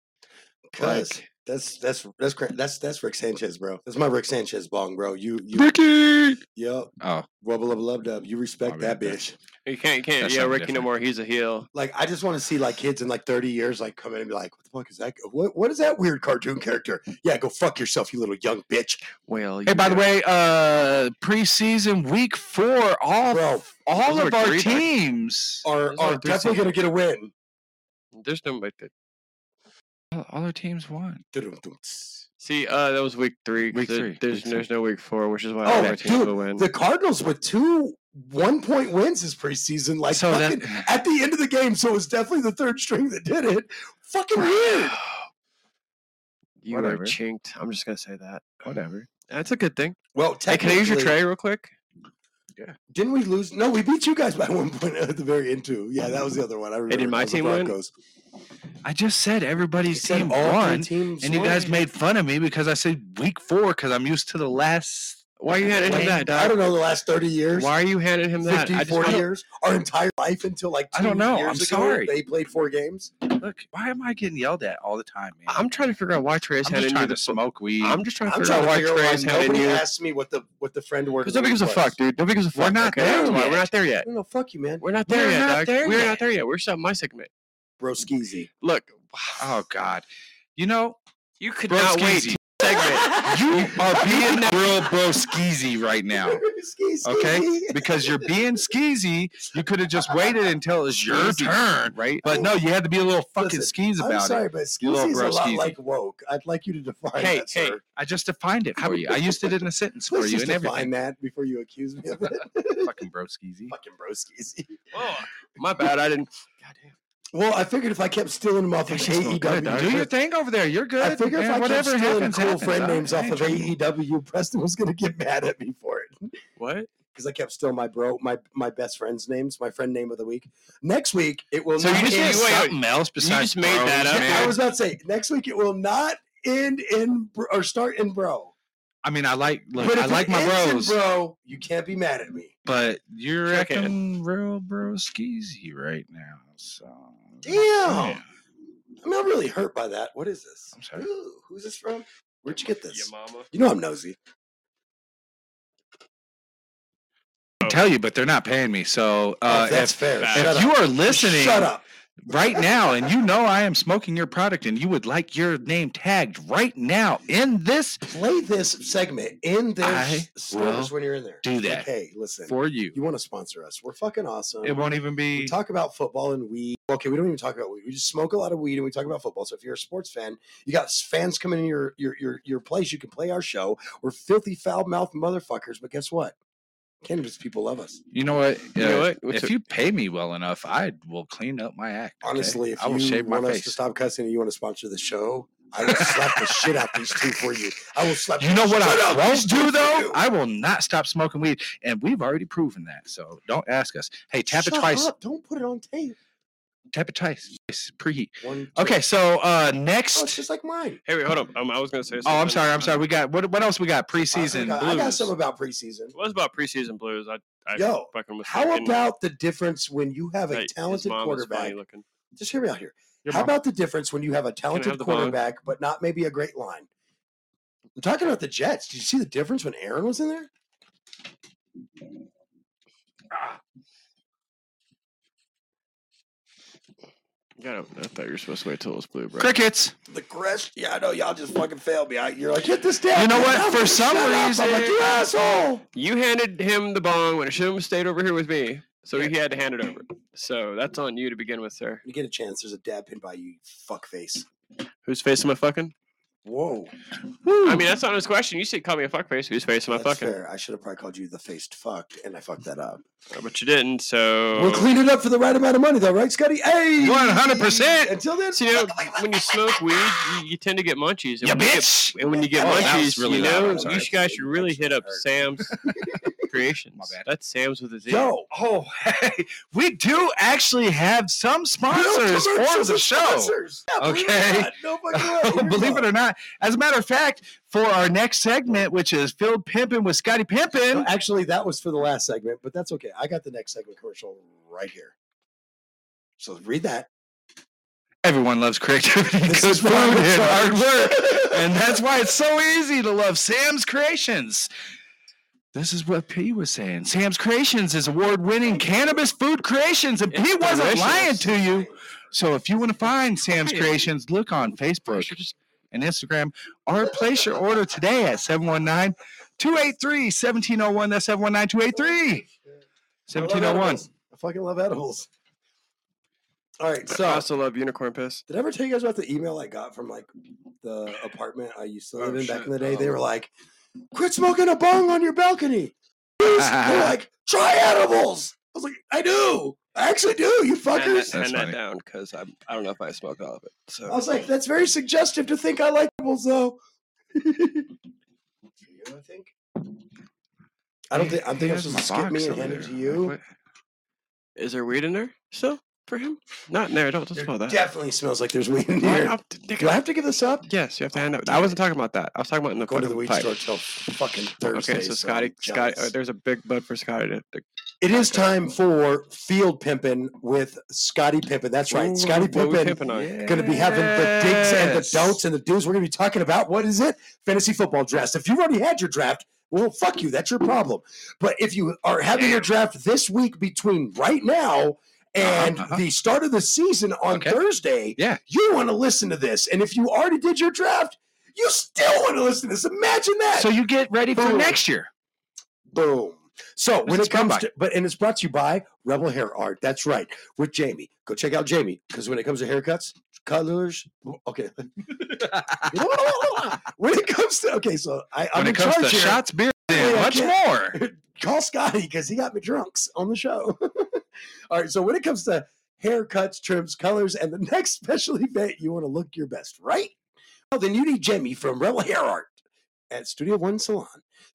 Speaker 4: Cause that's that's that's cra- that's that's Rick Sanchez, bro. That's my Rick Sanchez bong, bro. You you
Speaker 8: Ricky.
Speaker 4: Yep.
Speaker 8: Oh.
Speaker 4: Rubble of love dub. You respect that bitch.
Speaker 3: You can't, you can't.
Speaker 4: That's
Speaker 3: Yeah,
Speaker 4: something
Speaker 3: Ricky no
Speaker 4: different.
Speaker 3: more. He's a heel.
Speaker 4: Like I just want to see like kids in like 30 years like come in and be like, what the fuck is that? What what is that weird cartoon character? Yeah, go fuck yourself, you little young bitch.
Speaker 3: Well,
Speaker 8: Hey, by the way, uh preseason week four, all
Speaker 4: Bro,
Speaker 8: all
Speaker 4: those
Speaker 8: of
Speaker 4: were
Speaker 8: our
Speaker 4: three back-
Speaker 8: teams
Speaker 4: are are definitely gonna get a win.
Speaker 3: There's nobody that.
Speaker 8: All all our teams won.
Speaker 3: See, uh, that was week three. 'cause
Speaker 8: Week
Speaker 3: there-
Speaker 8: three,
Speaker 3: There's
Speaker 8: week three.
Speaker 3: there's no week four, which is why all
Speaker 4: Oh,
Speaker 3: of our teams will win.
Speaker 4: dude, the Cardinals with two one point wins this preseason. Like
Speaker 3: So that-
Speaker 4: fucking, at the end of the game, so it was definitely the third string that did it. Fucking weird.
Speaker 3: you
Speaker 8: whatever.
Speaker 3: are chinked. I'm just gonna say that.
Speaker 8: Whatever.
Speaker 3: That's a good thing.
Speaker 4: Well,
Speaker 3: Hey, can I use your
Speaker 4: technically-
Speaker 3: tray real quick?
Speaker 4: Didn't we lose? No, we beat you guys by one point at the very end too. Yeah, that was the other one. I remember.
Speaker 8: did
Speaker 4: That
Speaker 8: my
Speaker 4: was the
Speaker 8: team win?
Speaker 4: Broncos.
Speaker 8: I just said everybody's
Speaker 4: said
Speaker 8: team
Speaker 4: all three
Speaker 8: won,
Speaker 4: teams
Speaker 8: and you guys
Speaker 4: won.
Speaker 8: made fun of me because I said week four because I'm used to the last.
Speaker 3: Why you had
Speaker 8: Wayne-
Speaker 3: him that?
Speaker 4: I don't know the last 30 years.
Speaker 3: Why are you handing him that?
Speaker 4: 50,
Speaker 3: I just
Speaker 4: 40
Speaker 3: wanna-
Speaker 4: years, our entire life until like two
Speaker 8: I don't know.
Speaker 4: Years
Speaker 8: I'm
Speaker 4: ago,
Speaker 8: sorry.
Speaker 4: They played four games.
Speaker 8: Look, why am I getting yelled at all the time, man?
Speaker 3: I'm trying to figure out why Trey's
Speaker 8: I'm just
Speaker 3: handing you
Speaker 8: trying to
Speaker 3: the.
Speaker 8: smoke weed.
Speaker 3: I'm just trying to
Speaker 4: I'm
Speaker 3: figure out
Speaker 4: trying to
Speaker 3: why
Speaker 4: figure out why
Speaker 3: Trey's handing
Speaker 4: nobody
Speaker 3: you.
Speaker 4: asked me what the what the friend word.
Speaker 3: Because nobody gives a fuck, dude. Nobody gives a fuck.
Speaker 4: We're not
Speaker 3: okay?
Speaker 4: there
Speaker 3: That's why
Speaker 4: yet.
Speaker 3: We're not there yet.
Speaker 4: No, no, fuck you, man.
Speaker 3: We're not there
Speaker 4: We're
Speaker 3: yet,
Speaker 4: not
Speaker 3: dog.
Speaker 4: there
Speaker 3: We're
Speaker 4: yet.
Speaker 3: not there yet. We're still on my segment.
Speaker 4: Bro, skeezy.
Speaker 3: Look,
Speaker 8: Oh God, you know
Speaker 3: you could
Speaker 8: Bro,
Speaker 3: not wait.
Speaker 8: skeezy.
Speaker 3: to Segment.
Speaker 8: you are being real bro skeezy right now. Okay, because you're being skeezy. You could have just waited until it was your
Speaker 4: Skeezy.
Speaker 8: turn, right? But no, you had to be a little fucking skeez about
Speaker 4: I'm sorry,
Speaker 8: it.
Speaker 4: but
Speaker 8: You
Speaker 4: skeezy
Speaker 8: little
Speaker 4: is a
Speaker 8: bro
Speaker 4: lot
Speaker 8: skeezy.
Speaker 4: like woke. I'd like you to define
Speaker 8: Hey,
Speaker 4: that,
Speaker 8: hey,
Speaker 4: sir.
Speaker 8: I just defined it for you. I used it in a sentence for
Speaker 4: Please
Speaker 8: you
Speaker 4: just
Speaker 8: and
Speaker 4: define
Speaker 8: everything.
Speaker 4: that before you accuse me of it.
Speaker 8: Fucking bro skeezy.
Speaker 4: Fucking bro skeezy.
Speaker 3: My bad. I didn't.
Speaker 4: Well, I figured if I kept stealing E them off of AEW,
Speaker 8: Do your thing over there. You're good.
Speaker 4: I figure
Speaker 8: man.
Speaker 4: if I
Speaker 8: whatever
Speaker 4: kept stealing
Speaker 8: happens,
Speaker 4: cool
Speaker 8: happens.
Speaker 4: friend
Speaker 8: I-
Speaker 4: names
Speaker 8: I
Speaker 4: off
Speaker 8: ain't
Speaker 4: of
Speaker 8: tripping.
Speaker 4: AEW, Preston was gonna get mad at me for it
Speaker 3: What?
Speaker 4: because I kept stealing my bro, my my best friend's names, my friend name of the week. Next week it will.
Speaker 8: So
Speaker 4: not
Speaker 8: you just
Speaker 4: end-
Speaker 8: made something else besides
Speaker 3: just made
Speaker 8: bros,
Speaker 3: that up.
Speaker 8: man.
Speaker 4: I was about to say next week it will not end in br- or start in bro.
Speaker 8: I mean, I like look,
Speaker 4: but if
Speaker 8: I like
Speaker 4: it
Speaker 8: my
Speaker 4: ends
Speaker 8: bros,
Speaker 4: in bro. You can't be mad at me.
Speaker 8: but you're
Speaker 3: Check it.
Speaker 8: acting real bro skeezy right now. So
Speaker 4: Damn. I mean, I'm really hurt by that. What is this? I'm
Speaker 8: sorry.
Speaker 4: who's this from? Where'd you get this?
Speaker 3: mama.
Speaker 4: You know I'm nosy.
Speaker 8: I tell you, but they're not paying me. So uh,
Speaker 4: that's
Speaker 8: if,
Speaker 4: fair.
Speaker 8: If
Speaker 4: Shut
Speaker 8: you
Speaker 4: up.
Speaker 8: are listening,
Speaker 4: Shut up.
Speaker 8: right now, and you know I am smoking your product, and you would like your name tagged right now in this
Speaker 4: Play this segment in their
Speaker 8: I
Speaker 4: s- stores
Speaker 8: will
Speaker 4: when you're in there.
Speaker 8: do that
Speaker 4: Like, hey, listen.
Speaker 8: for you.
Speaker 4: you want to sponsor us? We're fucking awesome.
Speaker 8: It won't even
Speaker 4: We
Speaker 8: be.
Speaker 4: talk about football and weed. Okay, we don't even talk about weed. We just smoke a lot of weed and we talk about football. So if you're a sports fan, you got s- fans coming in your your your, your place. You can play our show. We're filthy foul mouth motherfuckers, but guess what? Cannabis people love us.
Speaker 8: You know what?
Speaker 3: You know
Speaker 8: Uh,
Speaker 3: what? What's
Speaker 8: if
Speaker 3: it-
Speaker 8: you pay me well enough, I will clean up my act. okay?
Speaker 4: Honestly, if
Speaker 8: I will
Speaker 4: you
Speaker 8: shave my
Speaker 4: want us
Speaker 8: face.
Speaker 4: to stop cussing and you want to sponsor the show, I will slap the shit out these two for you. I will slap.
Speaker 8: You know what
Speaker 4: Shut
Speaker 8: I
Speaker 4: up, these
Speaker 8: won't
Speaker 4: two
Speaker 8: do
Speaker 4: for
Speaker 8: though?
Speaker 4: you.
Speaker 8: I will not stop smoking weed, and we've already proven that. So don't ask us. Hey, tap
Speaker 4: Shut
Speaker 8: it twice.
Speaker 4: up. Don't put it on tape.
Speaker 8: Tap it twice. Twice. Preheat.
Speaker 4: One,
Speaker 8: Okay, so uh next.
Speaker 4: Oh, it's just like mine.
Speaker 3: Hey, wait, hold up. Um, I was gonna say.
Speaker 8: Oh, I'm
Speaker 3: something.
Speaker 8: sorry. I'm sorry. We got what? What else we got? Preseason
Speaker 4: I got, I
Speaker 8: blues.
Speaker 4: got something about preseason.
Speaker 3: It was about preseason blues. I, I
Speaker 4: Yo,
Speaker 3: fucking was
Speaker 4: How
Speaker 3: thinking-
Speaker 4: about the difference when you have a
Speaker 3: Hey, his
Speaker 4: talented
Speaker 3: mom is funny
Speaker 4: quarterback?
Speaker 3: looking.
Speaker 4: Just hear me out here.
Speaker 3: Your
Speaker 4: How
Speaker 3: mom.
Speaker 4: about the difference when you have a talented
Speaker 3: the bong?
Speaker 4: quarterback, but not maybe a great line? I'm talking about the Jets. Did you see the difference when Aaron was in there?
Speaker 3: Yeah, I don't- I thought you were supposed to wait till it was blue, bro.
Speaker 8: Crickets.
Speaker 4: The crash. Yeah, I know. Y'all just fucking failed me. I, you're like, hit this down.
Speaker 3: You know
Speaker 4: man.
Speaker 3: what?
Speaker 4: I'm
Speaker 3: For
Speaker 4: like,
Speaker 3: some
Speaker 4: "Shut up." I'm
Speaker 3: reason,
Speaker 4: like, you asshole.
Speaker 3: you handed him the bong when it should have stayed over here with me. So he had to hand it over. So that's on you to begin with, sir.
Speaker 4: You get a chance. There's a dab pin by you, you fuckface.
Speaker 3: Whose face am I fucking?
Speaker 4: Whoa.
Speaker 3: I mean, that's not his question. You said call me a fuckface. Whose face am I
Speaker 4: That's
Speaker 3: fucking?
Speaker 4: fair. I should have probably called you the faced fuck, and I fucked that up.
Speaker 3: Uh, But you didn't. So
Speaker 4: We'll clean it up for the right amount of money, though, right, Scotty? Hey,
Speaker 3: One hundred
Speaker 4: percent. Until then,
Speaker 3: So, you know, when you smoke weed, you, you tend to get munchies. And when you get- and when you get
Speaker 8: Oh, that was
Speaker 3: munchies,
Speaker 8: really
Speaker 3: you
Speaker 8: loud.
Speaker 3: know,
Speaker 8: I'm sorry.
Speaker 3: you sh- guys should really hit up Sam's Creations. My bad. That's Sam's with his ear.
Speaker 8: Yo, oh, hey, we do actually have some sponsors
Speaker 3: commercial
Speaker 8: for the
Speaker 3: for
Speaker 8: show.
Speaker 3: sponsors.
Speaker 4: Yeah, believe it or
Speaker 8: okay.
Speaker 4: not. No fucking way.
Speaker 8: believe it or not. As a matter of fact, for our next segment, which is Filled Pimpin' with Scotty Pimpin'.
Speaker 4: actually, that was for the last segment, but that's okay. I got the next segment commercial right here. So read that.
Speaker 8: Everyone loves creativity,
Speaker 4: This
Speaker 8: good
Speaker 4: is
Speaker 8: food,
Speaker 4: why we're
Speaker 8: and hard
Speaker 4: friends.
Speaker 8: work. and that's why it's so easy to love Sam's Creations. This is what P was saying. Sam's Creations is award winning cannabis food creations, and P wasn't
Speaker 3: delicious.
Speaker 8: lying to you. So if you want to find Sam's Creations, look on Facebook and Instagram or place your order today at 719 283 1701. That's 719 283 1701.
Speaker 4: I fucking love edibles. All right, so
Speaker 3: I also love unicorn piss.
Speaker 4: Did I ever tell you guys about the email I got from like the apartment I used to
Speaker 3: Oh,
Speaker 4: live in back
Speaker 3: shit.
Speaker 4: in the day? They were
Speaker 3: Oh.
Speaker 4: like, "Quit smoking a bong on your balcony." Please." They're like, "Try edibles." I was like, "I do. I actually do. You
Speaker 3: Hand that,
Speaker 4: fuckers."
Speaker 3: hand that down because I I don't know if I smoked all of it. So
Speaker 4: I was like, "That's very suggestive to think I like edibles, though." I think. I don't think. I'm thinking I'm
Speaker 3: Here's
Speaker 4: supposed
Speaker 3: my
Speaker 4: to skip
Speaker 3: box
Speaker 4: me and
Speaker 3: over
Speaker 4: hand it
Speaker 3: there.
Speaker 4: to you.
Speaker 3: Is there weed in there still for him? Not in there. Don't, don't smell that.
Speaker 4: Definitely smells like there's weed in
Speaker 3: Well,
Speaker 4: here.
Speaker 3: I'll-
Speaker 4: Do I have to give this up?
Speaker 3: Yes, you have to hand out. I wasn't talking about that. I was talking about in the
Speaker 4: Go to the
Speaker 3: fucking
Speaker 4: weed
Speaker 3: pipe.
Speaker 4: store till fucking Thursday.
Speaker 3: Okay, so
Speaker 4: I'm
Speaker 3: Scotty, Scotty,
Speaker 4: jealous.
Speaker 3: uh, there's a big bud for Scotty. To, to-
Speaker 4: It is time for field pimping with Scotty Pimpin. That's right,
Speaker 3: Ooh,
Speaker 4: Scotty
Speaker 3: what we
Speaker 4: Pimpin.
Speaker 3: pimping on?
Speaker 4: Going to be having the digs and the
Speaker 3: Yes.
Speaker 4: don'ts and the do's. We're going to be talking about what is it? Fantasy football drafts. If you've already had your draft, well, fuck you. That's your problem. But if you are having your draft this week between right now and the start of the season on Thursday,
Speaker 8: yeah,
Speaker 4: you want to listen to this. And if you already did your draft, you still want to listen to this. Imagine that.
Speaker 8: So you get ready for
Speaker 4: Boom.
Speaker 8: next year.
Speaker 4: Boom. So
Speaker 8: This
Speaker 4: when
Speaker 8: is
Speaker 4: it comes
Speaker 8: Combine.
Speaker 4: to, but and it's brought to you by Rebel Hair Art. That's right, with Jamie. Go check out Jamie because when it comes to haircuts, colors. Okay. when it comes to okay, so I, I'm
Speaker 8: When
Speaker 4: in
Speaker 8: it comes
Speaker 4: charge
Speaker 8: to
Speaker 4: here.
Speaker 8: shots, beer,
Speaker 4: Hey,
Speaker 8: and
Speaker 4: I
Speaker 8: much
Speaker 4: can't-
Speaker 8: more.
Speaker 4: Call Scotty because he got me drunks on the show. All right, so when it comes to haircuts, trims, colors, and the next special event, you want to look your best, right? Well, then you need Jamie from Rebel Hair Art at Studio One Salon.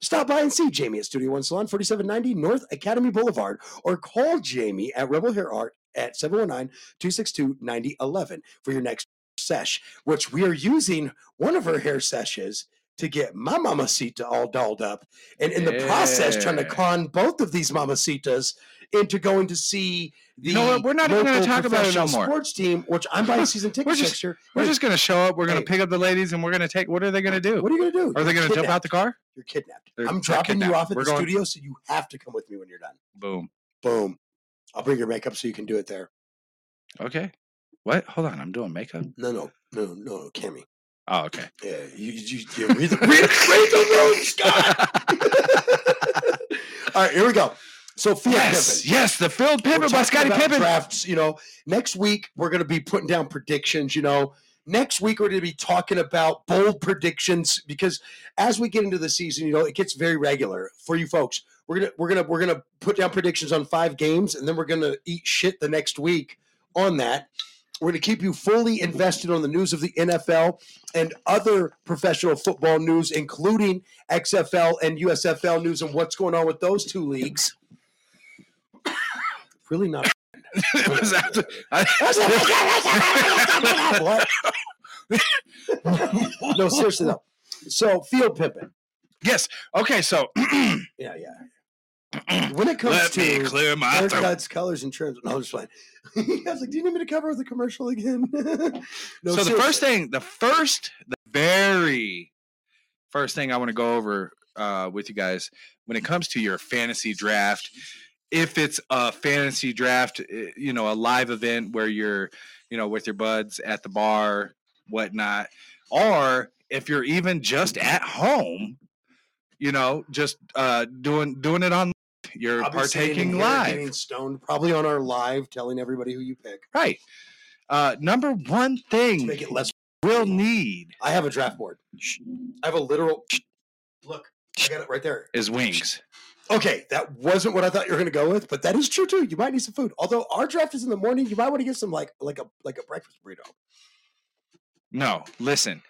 Speaker 4: Stop by and see Jamie at Studio One Salon, 4790 North Academy Boulevard, or call Jamie at Rebel Hair Art at 719 262 9011 for your next sesh, which we are using one of her hair seshes to get my mamacita all dolled up. And in the process, trying to
Speaker 8: Yeah.
Speaker 4: con both of these mamacitas into going to see the
Speaker 8: You know what? We're not even gonna
Speaker 4: local
Speaker 8: talk about it no
Speaker 4: professional
Speaker 8: more.
Speaker 4: sports team, which I'm buying season tickets
Speaker 8: We're just-
Speaker 4: next year.
Speaker 8: We're
Speaker 4: Wait,
Speaker 8: just gonna show up. We're gonna pick up the ladies, and we're gonna take. What are they gonna do?
Speaker 4: What are you gonna do?
Speaker 8: Are they gonna jump out the car?
Speaker 4: you're kidnapped.
Speaker 8: They're-
Speaker 4: I'm
Speaker 8: they're
Speaker 4: dropping you
Speaker 8: kidnapped.
Speaker 4: off at
Speaker 8: We're
Speaker 4: the
Speaker 8: going-
Speaker 4: studio, so you have to come with me when you're done.
Speaker 8: Boom.
Speaker 4: Boom. I'll bring your makeup so you can do it there.
Speaker 8: Okay. What? Hold on. I'm doing makeup.
Speaker 4: No, no, no, no, no, Cammy.
Speaker 8: Oh, okay.
Speaker 4: Yeah, you, you, you read, the, read, read the room, Scott. All right, here we go. So field
Speaker 8: Yes,
Speaker 4: pimping.
Speaker 8: yes, the field
Speaker 4: We're
Speaker 8: pivot by
Speaker 4: talking
Speaker 8: Scotty
Speaker 4: about
Speaker 8: Pippen.
Speaker 4: Drafts, you know. Next week we're going to be putting down predictions. You know, next week we're going to be talking about bold predictions because as we get into the season, you know, it gets very regular for you folks. We're gonna we're gonna we're gonna put down predictions on five games, and then we're gonna eat shit the next week on that. We're going to keep you fully invested on the news of the NFL and other professional football news, including XFL and USFL news and what's going on with those two leagues. really not. What? no, seriously though. So field pimping.
Speaker 8: Yes. Okay. So
Speaker 4: yeah, yeah. When it comes
Speaker 8: Let
Speaker 4: to
Speaker 8: me clear my throat.
Speaker 4: haircuts, colors, and trims, no, I'm just fine. I was like, "Do you need me to cover the commercial again?" no,
Speaker 8: so the
Speaker 4: seriously.
Speaker 8: first thing, the first, the very first thing I want to go over uh, with you guys when it comes to your fantasy draft, if it's a fantasy draft, eh, you know, a live event where you're, you know, with your buds at the bar, whatnot, or if you're even just at home, you know, just uh, doing doing it on, you're
Speaker 4: I'll be sitting
Speaker 8: partaking
Speaker 4: here
Speaker 8: live.
Speaker 4: getting stoned, probably on our live, telling everybody who you pick.
Speaker 8: Right. Uh, number one thing
Speaker 4: make it less
Speaker 8: will need.
Speaker 4: I have a draft board. I have a literal. Look, I got it right there.
Speaker 8: Is wings.
Speaker 4: Okay, that wasn't what I thought you were going to go with, but that is true too. You might need some food. Although our draft is in the morning, you might want to get some like like a like a breakfast burrito.
Speaker 8: No, listen.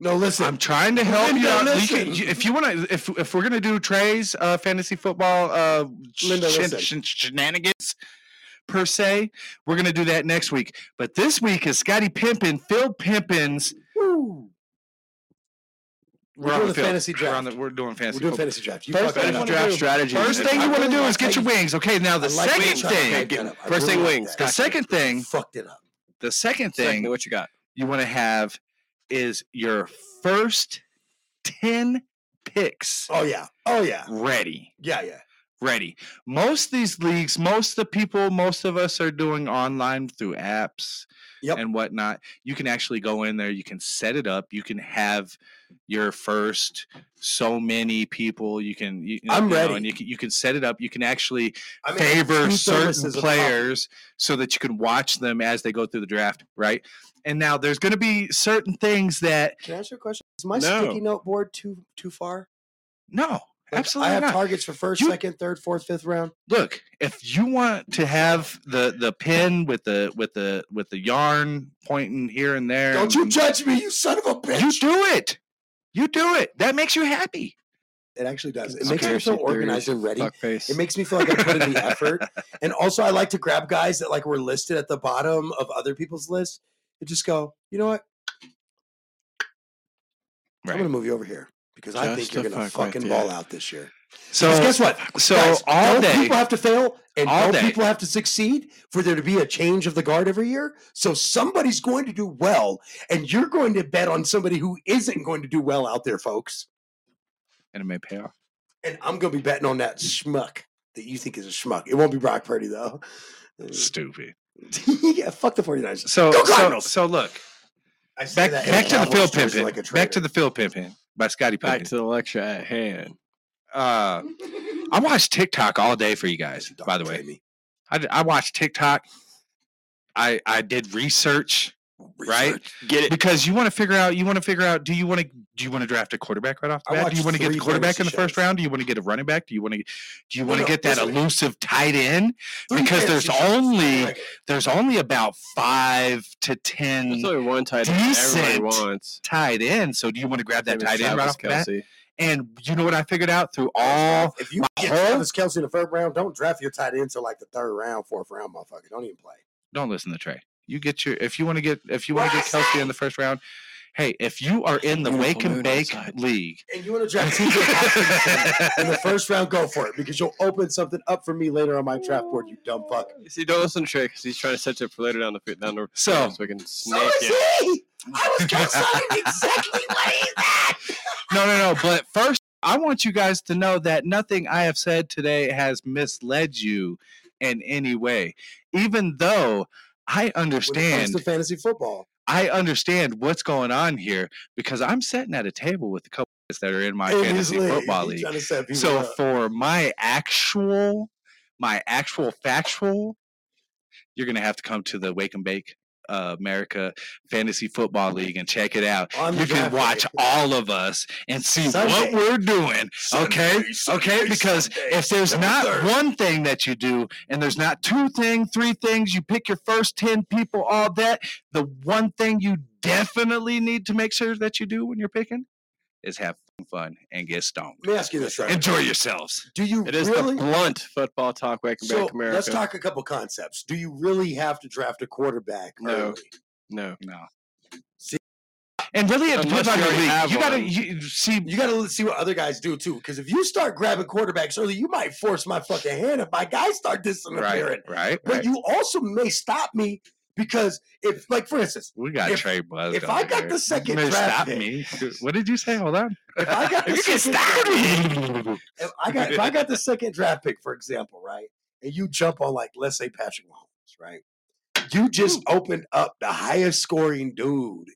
Speaker 4: No, listen.
Speaker 8: I'm trying to help
Speaker 4: Linda,
Speaker 8: you out. You can-
Speaker 4: listen.
Speaker 8: you- if you want to, if if we're gonna do Trey's uh, fantasy football uh, sh-
Speaker 4: Linda,
Speaker 8: shen-
Speaker 4: listen.
Speaker 8: shen- shenanigans per se, we're gonna do that next week. But this week is Scotty Pimpin, Phil Pimpin's.
Speaker 4: Woo. We're
Speaker 8: on
Speaker 4: doing
Speaker 8: the
Speaker 4: the
Speaker 8: field.
Speaker 4: fantasy
Speaker 8: We're,
Speaker 4: draft.
Speaker 8: on the, we're doing fantasy.
Speaker 4: We're doing
Speaker 8: football.
Speaker 4: fantasy draft. You
Speaker 8: First
Speaker 4: fucked
Speaker 8: thing
Speaker 4: that
Speaker 8: you
Speaker 4: up.
Speaker 8: want to do is get
Speaker 4: Fantasy draft. I really
Speaker 8: your wings. First thing you want to do is get your
Speaker 4: like-
Speaker 8: wings. Okay, now the
Speaker 4: I like
Speaker 8: second
Speaker 4: that you
Speaker 8: thing.
Speaker 4: fucked that up. I
Speaker 8: First thing
Speaker 4: really like
Speaker 8: wings.
Speaker 4: that.
Speaker 8: The second thing.
Speaker 4: Fucked it up.
Speaker 8: The second thing
Speaker 3: what you got?
Speaker 8: you want to have is your first 10 picks
Speaker 4: Oh yeah. Oh yeah.
Speaker 8: ready.
Speaker 4: Yeah yeah.
Speaker 8: Ready. Most of these leagues, most of the people, most of us are doing online through apps and whatnot. You can actually go in there, you can set it up, you can have your first so many people. You can, you, you
Speaker 4: I'm
Speaker 8: know,
Speaker 4: ready.
Speaker 8: and you can, you can set it up. You can actually
Speaker 4: I'm gonna have
Speaker 8: favor
Speaker 4: two
Speaker 8: certain
Speaker 4: thermoses of
Speaker 8: players so that you can watch them as they go through the draft, right? And now there's going to be certain things that
Speaker 4: Can I ask you a question? Is my
Speaker 8: No.
Speaker 4: sticky note board too too far?
Speaker 8: no,
Speaker 4: Like,
Speaker 8: absolutely
Speaker 4: I have
Speaker 8: not.
Speaker 4: targets for first, second, third, fourth, fifth round.
Speaker 8: Look, if you want to have the the pin with the with the with the yarn pointing here and there,
Speaker 4: Don't you
Speaker 8: and-
Speaker 4: judge me, you son of a bitch.
Speaker 8: You do it. You do it. That makes you happy.
Speaker 4: It actually does. It
Speaker 8: It's
Speaker 4: makes me
Speaker 8: conspiracy
Speaker 4: feel organized
Speaker 8: theories,
Speaker 4: and ready.
Speaker 8: fuckface.
Speaker 4: It makes me feel like I put in the effort. And also, I like to grab guys that like were listed at the bottom of other people's list and just go, you know what? I'm gonna move you over here because I
Speaker 8: Just
Speaker 4: think you're
Speaker 8: the
Speaker 4: gonna
Speaker 8: fuck right
Speaker 4: fucking
Speaker 8: there.
Speaker 4: ball out this year.
Speaker 8: So
Speaker 4: 'Cause guess what?
Speaker 8: So
Speaker 4: Guys,
Speaker 8: all
Speaker 4: don't
Speaker 8: day
Speaker 4: people have to fail and
Speaker 8: all
Speaker 4: all
Speaker 8: day.
Speaker 4: people have to succeed for there to be a change of the guard every year. So somebody's going to do well, and you're going to bet on somebody who isn't going to do well out there, folks.
Speaker 8: and it may pay off.
Speaker 4: And I'm gonna be betting on that schmuck that you think is a schmuck. It won't be Brock Purdy though.
Speaker 8: Stupid.
Speaker 4: yeah, fuck the 49ers.
Speaker 8: So
Speaker 4: Go
Speaker 8: so,
Speaker 4: Cardinals!
Speaker 8: so look.
Speaker 4: I say
Speaker 8: Back,
Speaker 4: that in a
Speaker 8: back to the
Speaker 4: Cowboys
Speaker 8: Phil
Speaker 4: jersey
Speaker 8: Pimpin.
Speaker 4: like a
Speaker 8: back to
Speaker 4: traitor.
Speaker 8: the Phil Pimpin by Scotty Pimpin.
Speaker 3: Back to the lecture at hand.
Speaker 8: uh, I watch TikTok all day for you guys. By the way, I, I watch TikTok. I I did research, right?
Speaker 3: Get
Speaker 8: it because you want to figure out. You want to figure out. Do you want to do you want to draft a quarterback right off the
Speaker 3: I
Speaker 8: bat? Do you
Speaker 3: watched
Speaker 8: want to get the
Speaker 3: three
Speaker 8: quarterback in the
Speaker 3: fantasy
Speaker 8: first round? Do you want to get a running back? Do you want to do you
Speaker 3: No,
Speaker 8: want to
Speaker 3: no,
Speaker 8: get that
Speaker 3: listen to me.
Speaker 8: elusive tight end?
Speaker 3: Three
Speaker 8: Because there's
Speaker 3: fantasy shows.
Speaker 8: only there's only about five to ten.
Speaker 3: There's only one tight end everybody
Speaker 8: decent
Speaker 3: wants.
Speaker 8: tight end. So do you want to grab that
Speaker 3: His name is
Speaker 8: tight end right
Speaker 3: Travis
Speaker 8: off the bat?
Speaker 3: Kelce.
Speaker 8: And you know what I figured out through all
Speaker 4: If you
Speaker 8: my
Speaker 4: get
Speaker 8: whole
Speaker 4: Travis Kelsey in the first round, don't draft your tight end till like the third round, fourth round, motherfucker. Don't even play.
Speaker 8: don't listen to Trey. You get your if you want to get if you want to get Kelsey in the first round. Hey, if you are in the wake and bake league,
Speaker 4: And you want to draft TJ Hopkins in the first round, go for it because you'll open something up for me later on my draft board, you dumb fuck.
Speaker 3: See, don't listen to Trey because he's trying to set you up for later down the fi- down the
Speaker 8: So-
Speaker 3: field so we can snake it.
Speaker 4: he! I was co-signing exactly what he
Speaker 8: no, no, no. But first, I want you guys to know that nothing I have said today has misled you in any way, even though I
Speaker 4: When it comes
Speaker 8: understand
Speaker 4: to fantasy football.
Speaker 8: I understand what's going on here because I'm sitting at a table with a couple guys that are in my
Speaker 4: In his
Speaker 8: fantasy
Speaker 4: league,
Speaker 8: football
Speaker 4: he
Speaker 8: league.
Speaker 4: trying to set people
Speaker 8: So
Speaker 4: up.
Speaker 8: for my actual, my actual factual, you're gonna have to come to the wake and bake uh, America Fantasy Football League and check it out.
Speaker 3: On the
Speaker 8: You can
Speaker 3: draft
Speaker 8: watch all of us and see
Speaker 3: Sunday.
Speaker 8: what we're doing. okay, okay, because if there's not one thing that you do, and there's not two thing, three things, you pick your first ten people, all that. The one thing you definitely need to make sure that you do when you're picking is have fun and get stoned.
Speaker 4: Let me ask you this, right?
Speaker 8: Enjoy yourselves.
Speaker 4: Do you
Speaker 8: It is the
Speaker 4: really?
Speaker 8: blunt
Speaker 3: football talk back
Speaker 4: so
Speaker 3: back America.
Speaker 4: let's talk a couple concepts. Do you really have to draft a quarterback?
Speaker 3: No.
Speaker 4: early?
Speaker 3: No.
Speaker 8: No. And really, it
Speaker 4: Unless
Speaker 8: depends on
Speaker 4: you already
Speaker 8: your
Speaker 4: have
Speaker 8: league. You gotta
Speaker 4: one.
Speaker 8: you, see.
Speaker 4: You got to see what other guys do too. Because if you start grabbing quarterbacks early, you might force my fucking hand if my guys start disappearing.
Speaker 8: right,
Speaker 4: But
Speaker 8: right.
Speaker 4: you also may stop me because if, like, for instance,
Speaker 8: we got
Speaker 4: if,
Speaker 8: Trey Buzz.
Speaker 4: if I got the second
Speaker 8: you may
Speaker 4: draft
Speaker 8: stop
Speaker 4: pick-
Speaker 8: me. What did you say? Hold on.
Speaker 4: If I got the
Speaker 8: you can
Speaker 4: second
Speaker 8: stop
Speaker 4: draft
Speaker 8: me.
Speaker 4: if I got if I got the second draft pick, for example, right, and you jump on like let's say Patrick Mahomes, right, you just opened up the highest scoring dude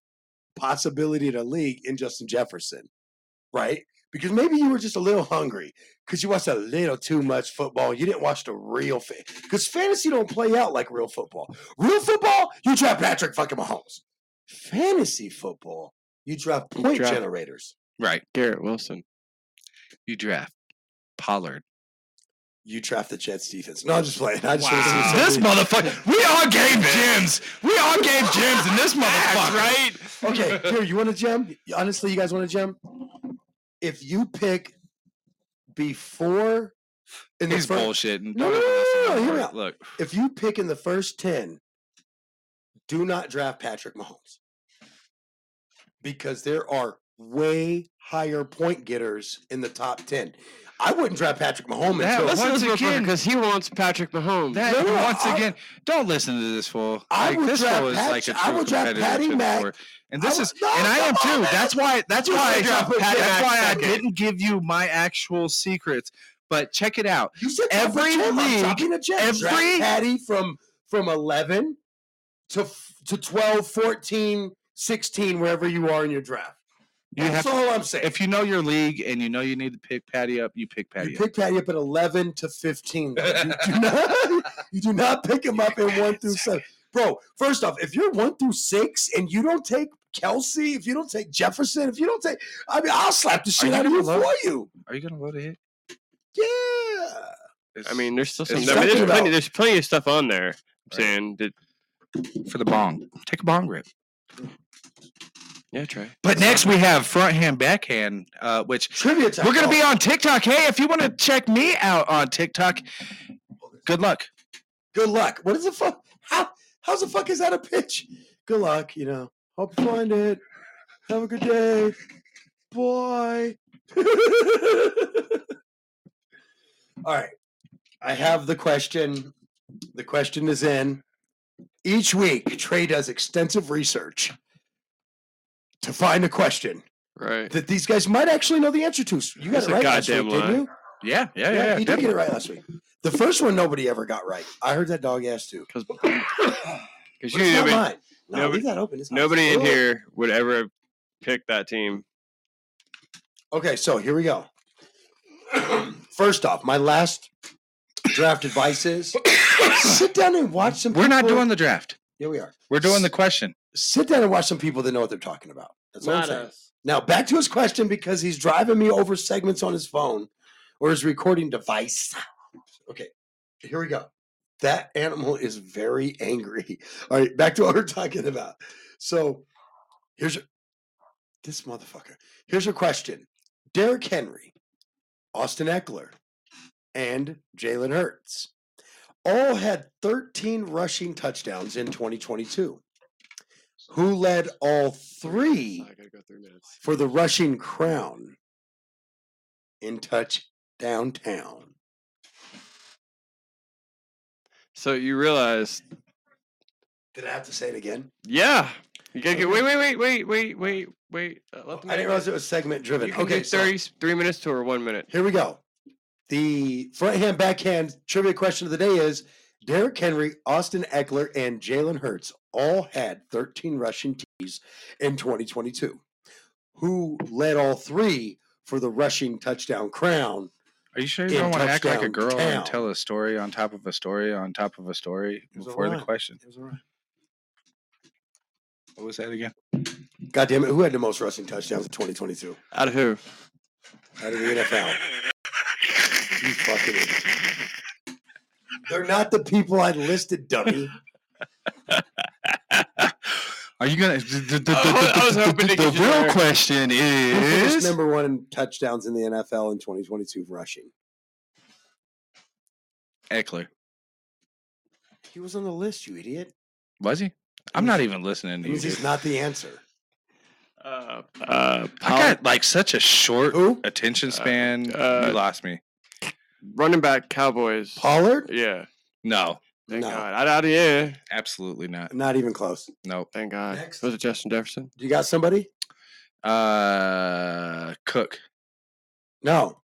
Speaker 4: possibility to league in Justin Jefferson, right? Because maybe you were just a little hungry because you watched a little too much football. You didn't watch the real thing because fantasy don't play out like real football. Real football, you draft Patrick fucking Mahomes. Fantasy football, you draft
Speaker 3: You
Speaker 4: point
Speaker 3: draft-
Speaker 4: generators.
Speaker 8: Right.
Speaker 3: Garrett Wilson.
Speaker 8: You draft Pollard.
Speaker 4: You draft the Jets defense. No, I'm just playing. I just wanna see
Speaker 8: Wow.
Speaker 4: something.
Speaker 8: This motherfucker. We all gave gems. We all gave gems in this motherfucker. Right?
Speaker 4: okay, here, you want a gem? Y- Honestly, you guys want a gem? If you pick before in
Speaker 8: He's
Speaker 4: the first,
Speaker 8: bullshitting.
Speaker 4: No, no, no, no, no, hear me out.
Speaker 8: Look,
Speaker 4: if you pick in the first 10, do not draft Patrick Mahomes because there are way higher point getters in the top 10. I wouldn't draft Patrick Mahomes
Speaker 8: That-
Speaker 4: until
Speaker 8: once again-
Speaker 3: because he wants Patrick Mahomes.
Speaker 8: that
Speaker 4: No, no,
Speaker 8: once
Speaker 4: I-
Speaker 8: again, don't listen to this fool.
Speaker 4: I would
Speaker 8: this
Speaker 4: draft
Speaker 8: is
Speaker 4: Pat-
Speaker 8: like a true
Speaker 4: I would draft
Speaker 8: competitor
Speaker 4: Patty
Speaker 8: to the
Speaker 4: Mack.
Speaker 8: floor. And this
Speaker 4: I
Speaker 8: is,
Speaker 4: would- No,
Speaker 8: and I am
Speaker 4: come on,
Speaker 8: too.
Speaker 4: man.
Speaker 8: That's why. That's
Speaker 4: You
Speaker 8: why. I
Speaker 4: said
Speaker 8: draft
Speaker 4: put
Speaker 8: Pat-
Speaker 4: Jack
Speaker 8: that's why I
Speaker 4: second.
Speaker 8: didn't give you my actual secrets. But check it out.
Speaker 4: You said top of
Speaker 8: every
Speaker 4: 10, I'm
Speaker 8: league,
Speaker 4: talking to Jets.
Speaker 8: every-
Speaker 4: Draft Patty from from 11 to f- to 12, 14, 16, wherever you are in your draft.
Speaker 8: You
Speaker 4: That's
Speaker 8: have-
Speaker 4: all I'm saying.
Speaker 8: If you know your league and you know you need to pick Patty up, you pick Patty
Speaker 4: you
Speaker 8: up.
Speaker 4: pick Patty up at 11 to 15. though. You do not, you do not pick him up in one through seven. Bro, first off, if you're one through six and you don't take Kelsey, if you don't take Jefferson, if you don't take, I mean, I'll slap the
Speaker 8: Are
Speaker 4: shit
Speaker 8: you
Speaker 4: out of you
Speaker 8: gonna load-
Speaker 4: for you.
Speaker 8: Are you gonna load it?
Speaker 4: Yeah.
Speaker 3: I mean, there's still some. I mean,
Speaker 8: it's
Speaker 3: there's
Speaker 8: something
Speaker 3: plenty.
Speaker 8: about-
Speaker 3: There's plenty of stuff on there. I'm saying that
Speaker 8: for the bong. Take a bong rip.
Speaker 3: Yeah, Trey.
Speaker 8: But next we have front hand, backhand, uh, which
Speaker 4: trivia.
Speaker 3: time.
Speaker 8: We're gonna be on TikTok. Hey, if you want to check me out on TikTok, good luck.
Speaker 4: Good luck. What is the fuck? How how's the fuck is that a pitch? Good luck, you know. Hope you find it. Have a good day. Bye. All right. I have the question. The question is in. Each week, Trey does extensive research to find a question
Speaker 3: right.
Speaker 4: that these guys might actually know the answer to. You got
Speaker 3: That's
Speaker 4: it
Speaker 3: a
Speaker 4: right last week,
Speaker 3: goddamn
Speaker 4: didn't
Speaker 3: lie.
Speaker 4: you?
Speaker 8: Yeah, yeah, yeah. yeah,
Speaker 4: he did get it right last week. The first one nobody ever got right. I heard that dog ass too.
Speaker 3: Because Because
Speaker 4: Well, it's
Speaker 3: you, I
Speaker 4: not
Speaker 3: mean,
Speaker 4: mine. No,
Speaker 3: nobody-
Speaker 4: leave that open. It's not-
Speaker 3: nobody in
Speaker 4: Oh.
Speaker 3: here would ever have picked that team.
Speaker 4: Okay, so here we go. First off, my last draft advice is sit down and watch some.
Speaker 8: We're not
Speaker 4: people-
Speaker 8: doing the draft.
Speaker 4: Here we are.
Speaker 8: We're doing the question.
Speaker 4: Sit down and watch some people that know what they're talking about. That's all I'm
Speaker 3: Not
Speaker 4: saying. Now back to his question because he's driving me over segments on his phone or his recording device. Okay, here we go. That animal is very angry. All right, back to what we're talking about. So here's your- this motherfucker. Here's a question: Derrick Henry, Austin Eckler, and Jalen Hurts all had 13 rushing touchdowns in 2022. Who led all three for the rushing crown in touch downtown?
Speaker 3: So you realize,
Speaker 4: Did I have to say it again?
Speaker 3: yeah, you gotta get, wait, wait, wait, wait, wait, wait, wait. Uh, let them
Speaker 4: Oh, I didn't
Speaker 3: get-
Speaker 4: realize it was segment driven.
Speaker 3: You can
Speaker 4: Okay,
Speaker 3: do
Speaker 4: so
Speaker 3: 30, three minutes to or one minute.
Speaker 4: here we go. The front hand backhand trivia question of the day is Derrick Henry, Austin Eckler, and Jalen Hurts all had 13 rushing TDs in 2022. Who led all three for the rushing touchdown crown?
Speaker 8: Are you sure you
Speaker 4: in
Speaker 8: don't want to act like a
Speaker 4: touchdown
Speaker 8: girl
Speaker 4: town.
Speaker 8: and tell a story on top of a story on top of a story
Speaker 4: was a
Speaker 8: before the
Speaker 4: rhyme.
Speaker 8: question?
Speaker 4: It was all right.
Speaker 8: What was that again?
Speaker 4: God damn it. Who had the most rushing touchdowns in 2022?
Speaker 3: Out of who?
Speaker 4: Out of the NFL. you fucking idiot. They're not the people I listed, dummy.
Speaker 8: Are you gonna?
Speaker 4: I was hoping to
Speaker 8: the
Speaker 4: get you
Speaker 8: real
Speaker 4: there.
Speaker 8: question
Speaker 4: Who finished
Speaker 8: is
Speaker 4: number one in touchdowns in the NFL in 2022 rushing.
Speaker 8: Eckler.
Speaker 4: He was on the list, you idiot.
Speaker 8: Was he? I'm not even listening
Speaker 4: That
Speaker 8: to you.
Speaker 4: means he's
Speaker 8: dude.
Speaker 4: not the answer.
Speaker 3: Uh,
Speaker 8: Uh, I got like such a short attention span. you lost me.
Speaker 3: Running back Cowboys.
Speaker 4: Pollard?
Speaker 3: Yeah.
Speaker 8: No.
Speaker 3: Thank God. I doubt yeah.
Speaker 8: Absolutely not.
Speaker 4: Not even close.
Speaker 8: Nope.
Speaker 3: Thank God. Was it Justin Jefferson?
Speaker 4: You got somebody?
Speaker 8: Uh, Cook.
Speaker 4: No.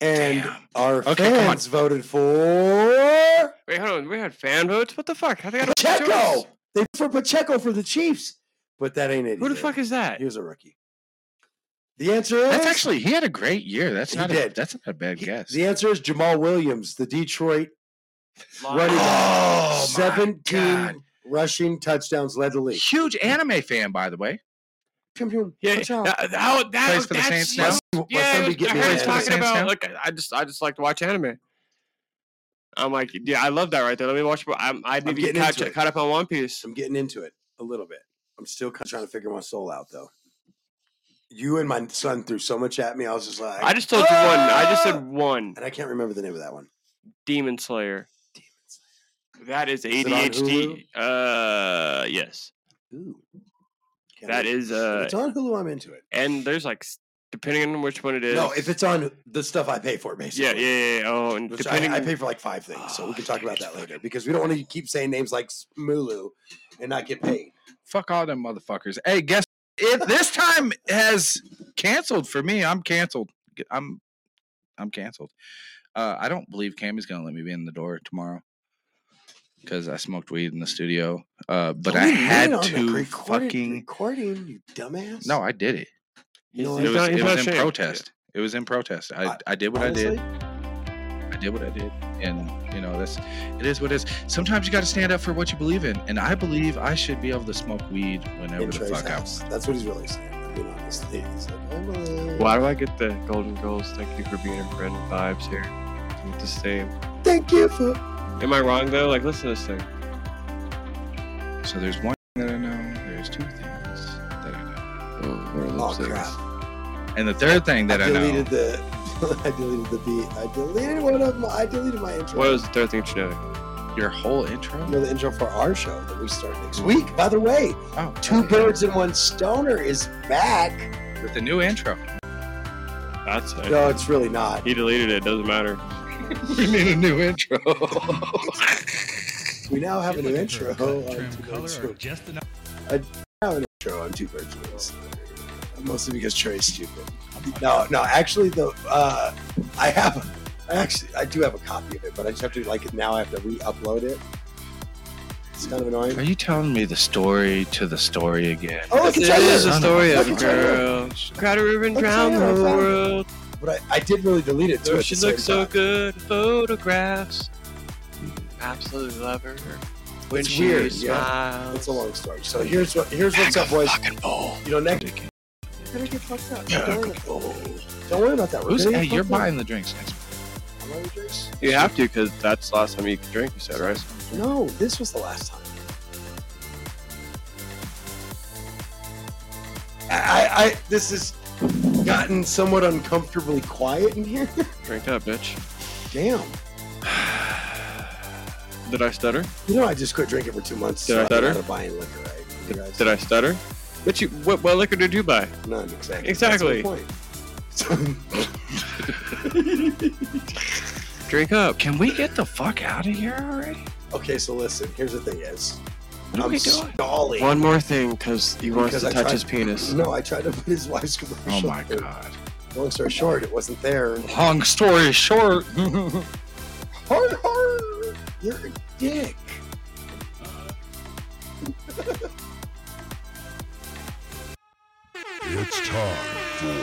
Speaker 4: And our
Speaker 8: Okay, come on.
Speaker 4: fans voted for
Speaker 3: Wait, hold on. We had fan votes? What the fuck? I think I had a
Speaker 4: Pacheco. They voted for Pacheco for the Chiefs, but that ain't it.
Speaker 3: Who the
Speaker 4: either.
Speaker 3: fuck is that?
Speaker 4: He was a rookie. The answer is
Speaker 8: That's actually he had a great year. That's
Speaker 4: He
Speaker 8: not a,
Speaker 4: did.
Speaker 8: that's not a bad guess.
Speaker 4: the answer is Jamal Williams, the Detroit running back.
Speaker 8: Oh, my
Speaker 4: 17 rushing touchdowns led the league.
Speaker 8: Huge anime fan, by the way.
Speaker 4: Come here.
Speaker 3: Yeah,
Speaker 4: watch out.
Speaker 3: that, that,
Speaker 4: Oh,
Speaker 3: that
Speaker 8: Plays
Speaker 3: was-
Speaker 8: for the
Speaker 3: that's-
Speaker 8: Saints now?
Speaker 4: Must-
Speaker 3: Yeah,
Speaker 4: must
Speaker 3: I
Speaker 4: somebody
Speaker 3: was-
Speaker 4: get
Speaker 3: I
Speaker 4: me
Speaker 3: heard
Speaker 4: that
Speaker 3: he's
Speaker 4: for the
Speaker 3: talking
Speaker 4: Saints
Speaker 3: about
Speaker 4: now?
Speaker 3: like I just I just like to watch anime. I'm like, yeah, I love that right there. Let me watch. I'm, I need to
Speaker 4: I'm
Speaker 3: get
Speaker 4: getting
Speaker 3: caught,
Speaker 4: into it.
Speaker 3: caught up on One Piece.
Speaker 4: I'm getting into it a little bit. I'm still kind of trying to figure my soul out, though. You and my son threw so much at me. I was just like,
Speaker 3: I just told you one. I just
Speaker 4: "Ah!"
Speaker 3: said one.
Speaker 4: and I can't remember the name of that one.
Speaker 3: Demon Slayer. That is
Speaker 4: it on
Speaker 3: ADHD. uh, yes.
Speaker 4: Ooh. Can't
Speaker 3: That
Speaker 4: remember.
Speaker 3: is
Speaker 4: If
Speaker 3: uh,
Speaker 4: it's on Hulu. I'm into it.
Speaker 3: and there's like s- depending on which one it is.
Speaker 4: No, if it's on the stuff I pay for, basically.
Speaker 3: yeah, yeah, yeah, yeah. Oh, and
Speaker 4: Which I,
Speaker 3: depending, Ah,
Speaker 4: I pay for like five things, so we can talk about that later because we don't want to keep saying names like Mulu and not get paid.
Speaker 8: Fuck all them motherfuckers. Hey, guess if this time has canceled for me, I'm canceled. G- I'm I'm canceled. Uh, I don't believe Cammy's gonna let me be in the door tomorrow because I smoked weed in the studio. Uh, but
Speaker 4: Don't
Speaker 8: I
Speaker 4: leave me
Speaker 8: had
Speaker 4: on the
Speaker 8: to
Speaker 4: recorded-
Speaker 8: fucking
Speaker 4: recording, you dumbass.
Speaker 8: no, I did it.
Speaker 4: You know
Speaker 8: it was,
Speaker 4: what?
Speaker 8: it was in protest. It was in protest. I, I, did what I did. I did what I did. And you know, that's it is what it is. Sometimes you gotta stand up for what you believe in. And I believe I should be able to smoke weed whenever
Speaker 4: In
Speaker 8: the
Speaker 4: Trey's
Speaker 8: fuck I
Speaker 4: house. That's what he's really saying. I mean, honestly, he's like, "I'm a-"
Speaker 3: why do I get the Golden Girls? Thank you for being a friend vibes here. I get the same.
Speaker 4: Thank you for.
Speaker 3: Am I wrong though? Like, listen to this thing.
Speaker 8: want. So there's one thing that I know, there's two things that I know.
Speaker 4: Oh crap!
Speaker 8: And the third thing that I, know
Speaker 4: deleted the. I deleted the beat. I deleted one of my. I deleted my intro.
Speaker 3: What was the third thing you know?
Speaker 8: your whole intro.
Speaker 4: you know, the intro for our show that we start next week. By the way,
Speaker 8: Oh,
Speaker 4: Two Birds and One Stoner is back.
Speaker 8: with the new intro.
Speaker 3: That's it.
Speaker 4: No, it's really not.
Speaker 3: He deleted it. Doesn't matter.
Speaker 8: we need a new intro.
Speaker 4: We now have a new intro on
Speaker 6: trim,
Speaker 4: Two
Speaker 6: color,
Speaker 4: Birds.
Speaker 6: or just enough.
Speaker 4: I have an intro on Two Birds and One Stoner. Mostly because Trey's stupid. No, no, actually, the uh, I have. I actually, I do have a copy of it, but I just have to like now. I have to re-upload it. It's kind of annoying.
Speaker 8: Are you telling me the story to the story again?
Speaker 4: Oh, look, it's right
Speaker 3: It is
Speaker 4: there.
Speaker 3: the story
Speaker 4: Look,
Speaker 3: of a
Speaker 4: it's right there.
Speaker 3: girl. Crowd her ribbon
Speaker 4: Look, it's right
Speaker 3: drowned
Speaker 4: there. I
Speaker 3: the
Speaker 4: found it.
Speaker 3: world.
Speaker 4: But I, I did really delete it too.
Speaker 3: Oh,
Speaker 4: at
Speaker 3: she
Speaker 4: the same
Speaker 3: looks so
Speaker 4: time.
Speaker 3: good in photographs. Absolutely love her. When
Speaker 4: it's
Speaker 3: she
Speaker 4: weird.
Speaker 3: smiles.
Speaker 4: Yeah, it's a long story. So here's what here's what's up, boys. You know, next. How did I get fucked up? Don't worry about- Don't worry about that. We're
Speaker 8: Who's,
Speaker 4: gonna
Speaker 8: hey,
Speaker 4: get
Speaker 8: you're
Speaker 4: fucked up.
Speaker 8: buying the drinks next
Speaker 4: Am I with this?
Speaker 3: You have to, because that's the last time you can drink. You said right.
Speaker 4: No, this was the last time. I, I, I this has gotten somewhat uncomfortably quiet in here.
Speaker 3: Drink up, bitch.
Speaker 4: Damn.
Speaker 3: Did I stutter?
Speaker 4: You know, I just quit drinking for two months.
Speaker 3: Did I
Speaker 4: I'm
Speaker 3: stutter?
Speaker 4: out of buying liquor, right? You guys-
Speaker 3: Did I stutter? But you, what, what liquor did you buy?
Speaker 4: None, exactly.
Speaker 3: Exactly.
Speaker 4: That's my point.
Speaker 3: Drink up.
Speaker 8: Can we get the fuck out of here already?
Speaker 4: okay, so listen. Here's the thing: is
Speaker 3: What are
Speaker 4: I'm
Speaker 3: we doing?
Speaker 4: stalling.
Speaker 3: One more thing, because he wants
Speaker 4: Because
Speaker 3: to
Speaker 4: I
Speaker 3: touch
Speaker 4: tried-
Speaker 3: his penis.
Speaker 4: No, I tried to put his wife's commercial.
Speaker 8: Oh my
Speaker 4: in.
Speaker 8: god.
Speaker 4: Long story short, it wasn't there.
Speaker 8: Long story short.
Speaker 4: Hard, hard. You're a dick.
Speaker 15: It's time for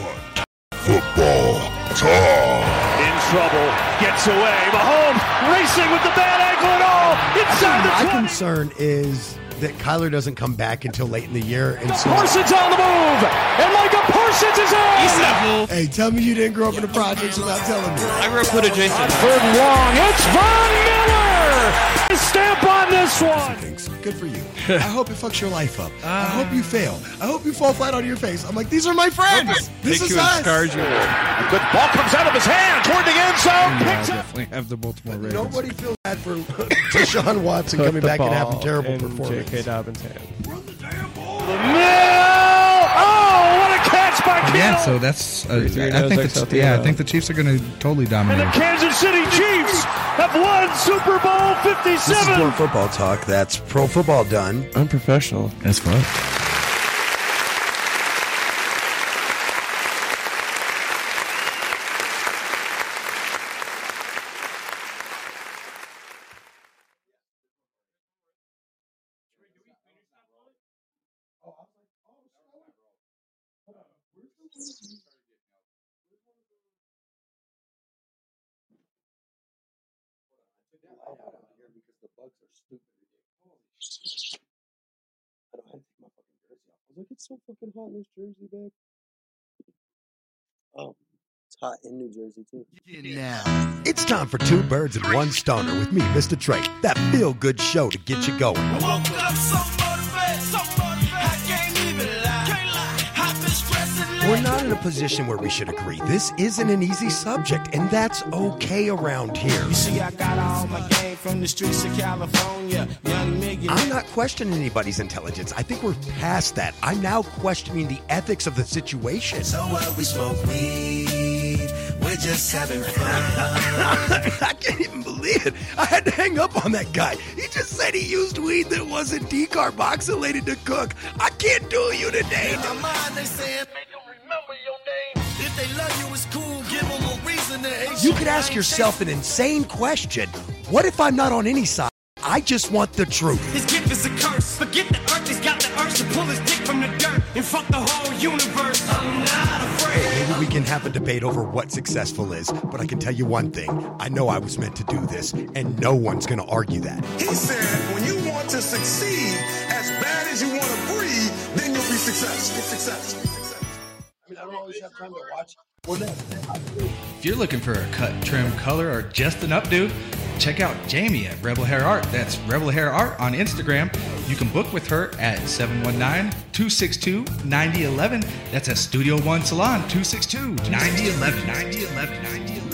Speaker 15: what? Football talk.
Speaker 2: In trouble, gets away. Mahomes racing with the bad ankle and all
Speaker 17: I think
Speaker 2: inside the
Speaker 17: my
Speaker 2: 20.
Speaker 17: concern is
Speaker 1: that Kyler doesn't come back until late in the year. And so,
Speaker 2: Parsons on the move, and Micah Parsons is in.
Speaker 1: Hey, tell me you didn't grow up in the projects without telling me.
Speaker 3: I grew up with a Jason.
Speaker 2: Third and long. It's Von Miller. Stamp on this one.
Speaker 1: Good for you. I hope it fucks your life up.
Speaker 8: Ah.
Speaker 1: I hope you fail. I hope you fall flat on your face. I'm like, these are my friends. This is us.
Speaker 2: A good ball comes out of his hand toward the end zone. Picks up.
Speaker 16: definitely have the Baltimore Ravens.
Speaker 1: Nobody feels bad for Deshaun Watson coming back and having terrible performance.
Speaker 17: J.K. Dobbins' hand.
Speaker 2: Mill. Oh, what a catch by
Speaker 16: Yeah,
Speaker 2: Kittle.
Speaker 16: so that's. Uh,
Speaker 17: three,
Speaker 16: I
Speaker 17: no,
Speaker 16: think
Speaker 17: Zach
Speaker 16: the,
Speaker 17: Southfield.
Speaker 16: yeah, I think the Chiefs are going to totally
Speaker 2: and the
Speaker 16: dominate.
Speaker 2: Kansas City Chiefs have won Super Bowl
Speaker 1: This is
Speaker 2: 57.
Speaker 1: Pro Football Talk. That's Pro Football Done. Unprofessional.
Speaker 16: That's fun.
Speaker 4: Look, it's so fucking hot in this jersey, babe.
Speaker 10: Oh, it's hot in New Jersey too.
Speaker 1: Now, it's time for Two Birds and One Stoner with me, Mr. Trey. That feel good show to get you going.
Speaker 2: I woke up so motivated, so motivated. I can't even lie. Can't lie. I've been stressing
Speaker 1: We're not in a position where we should agree. This isn't an easy subject, and that's okay around here.
Speaker 2: See, I got all my game from the streets of California. Young nigga.
Speaker 1: I'm not questioning anybody's intelligence. I think we're past that. I'm now questioning the ethics of the situation. So what we smoke weed. We're just having fun. I can't even believe it. I had to hang up on that guy. He just said he used weed that wasn't decarboxylated to cook. I can't do you today.
Speaker 2: In my mind, they saying, make 'em remember your name. If they love you, it's cool. Give 'em a reason to hate
Speaker 1: You could ask yourself an insane question. What if I'm not on any side? I just want the truth.
Speaker 2: His gift is a curse. Forget the earth, he's got the urge to pull his dick from the dirt and fuck the whole universe. I'm not afraid.
Speaker 1: Maybe we can have a debate over what successful is, but I can tell you one thing. I know I was meant to do this, and no one's going to argue that.
Speaker 18: He said, when you want to succeed as bad as you want to breathe, then you'll be successful. Successful.
Speaker 4: I mean, I don't always have time to watch. Well, no.
Speaker 6: If you're looking for a cut, trim, color, or just an updo, check out Jamie at Rebel Hair Art. That's Rebel Hair Art on Instagram. You can book with her at 719 262 9011. That's at Studio One Salon 262 9011. 9011. 9011.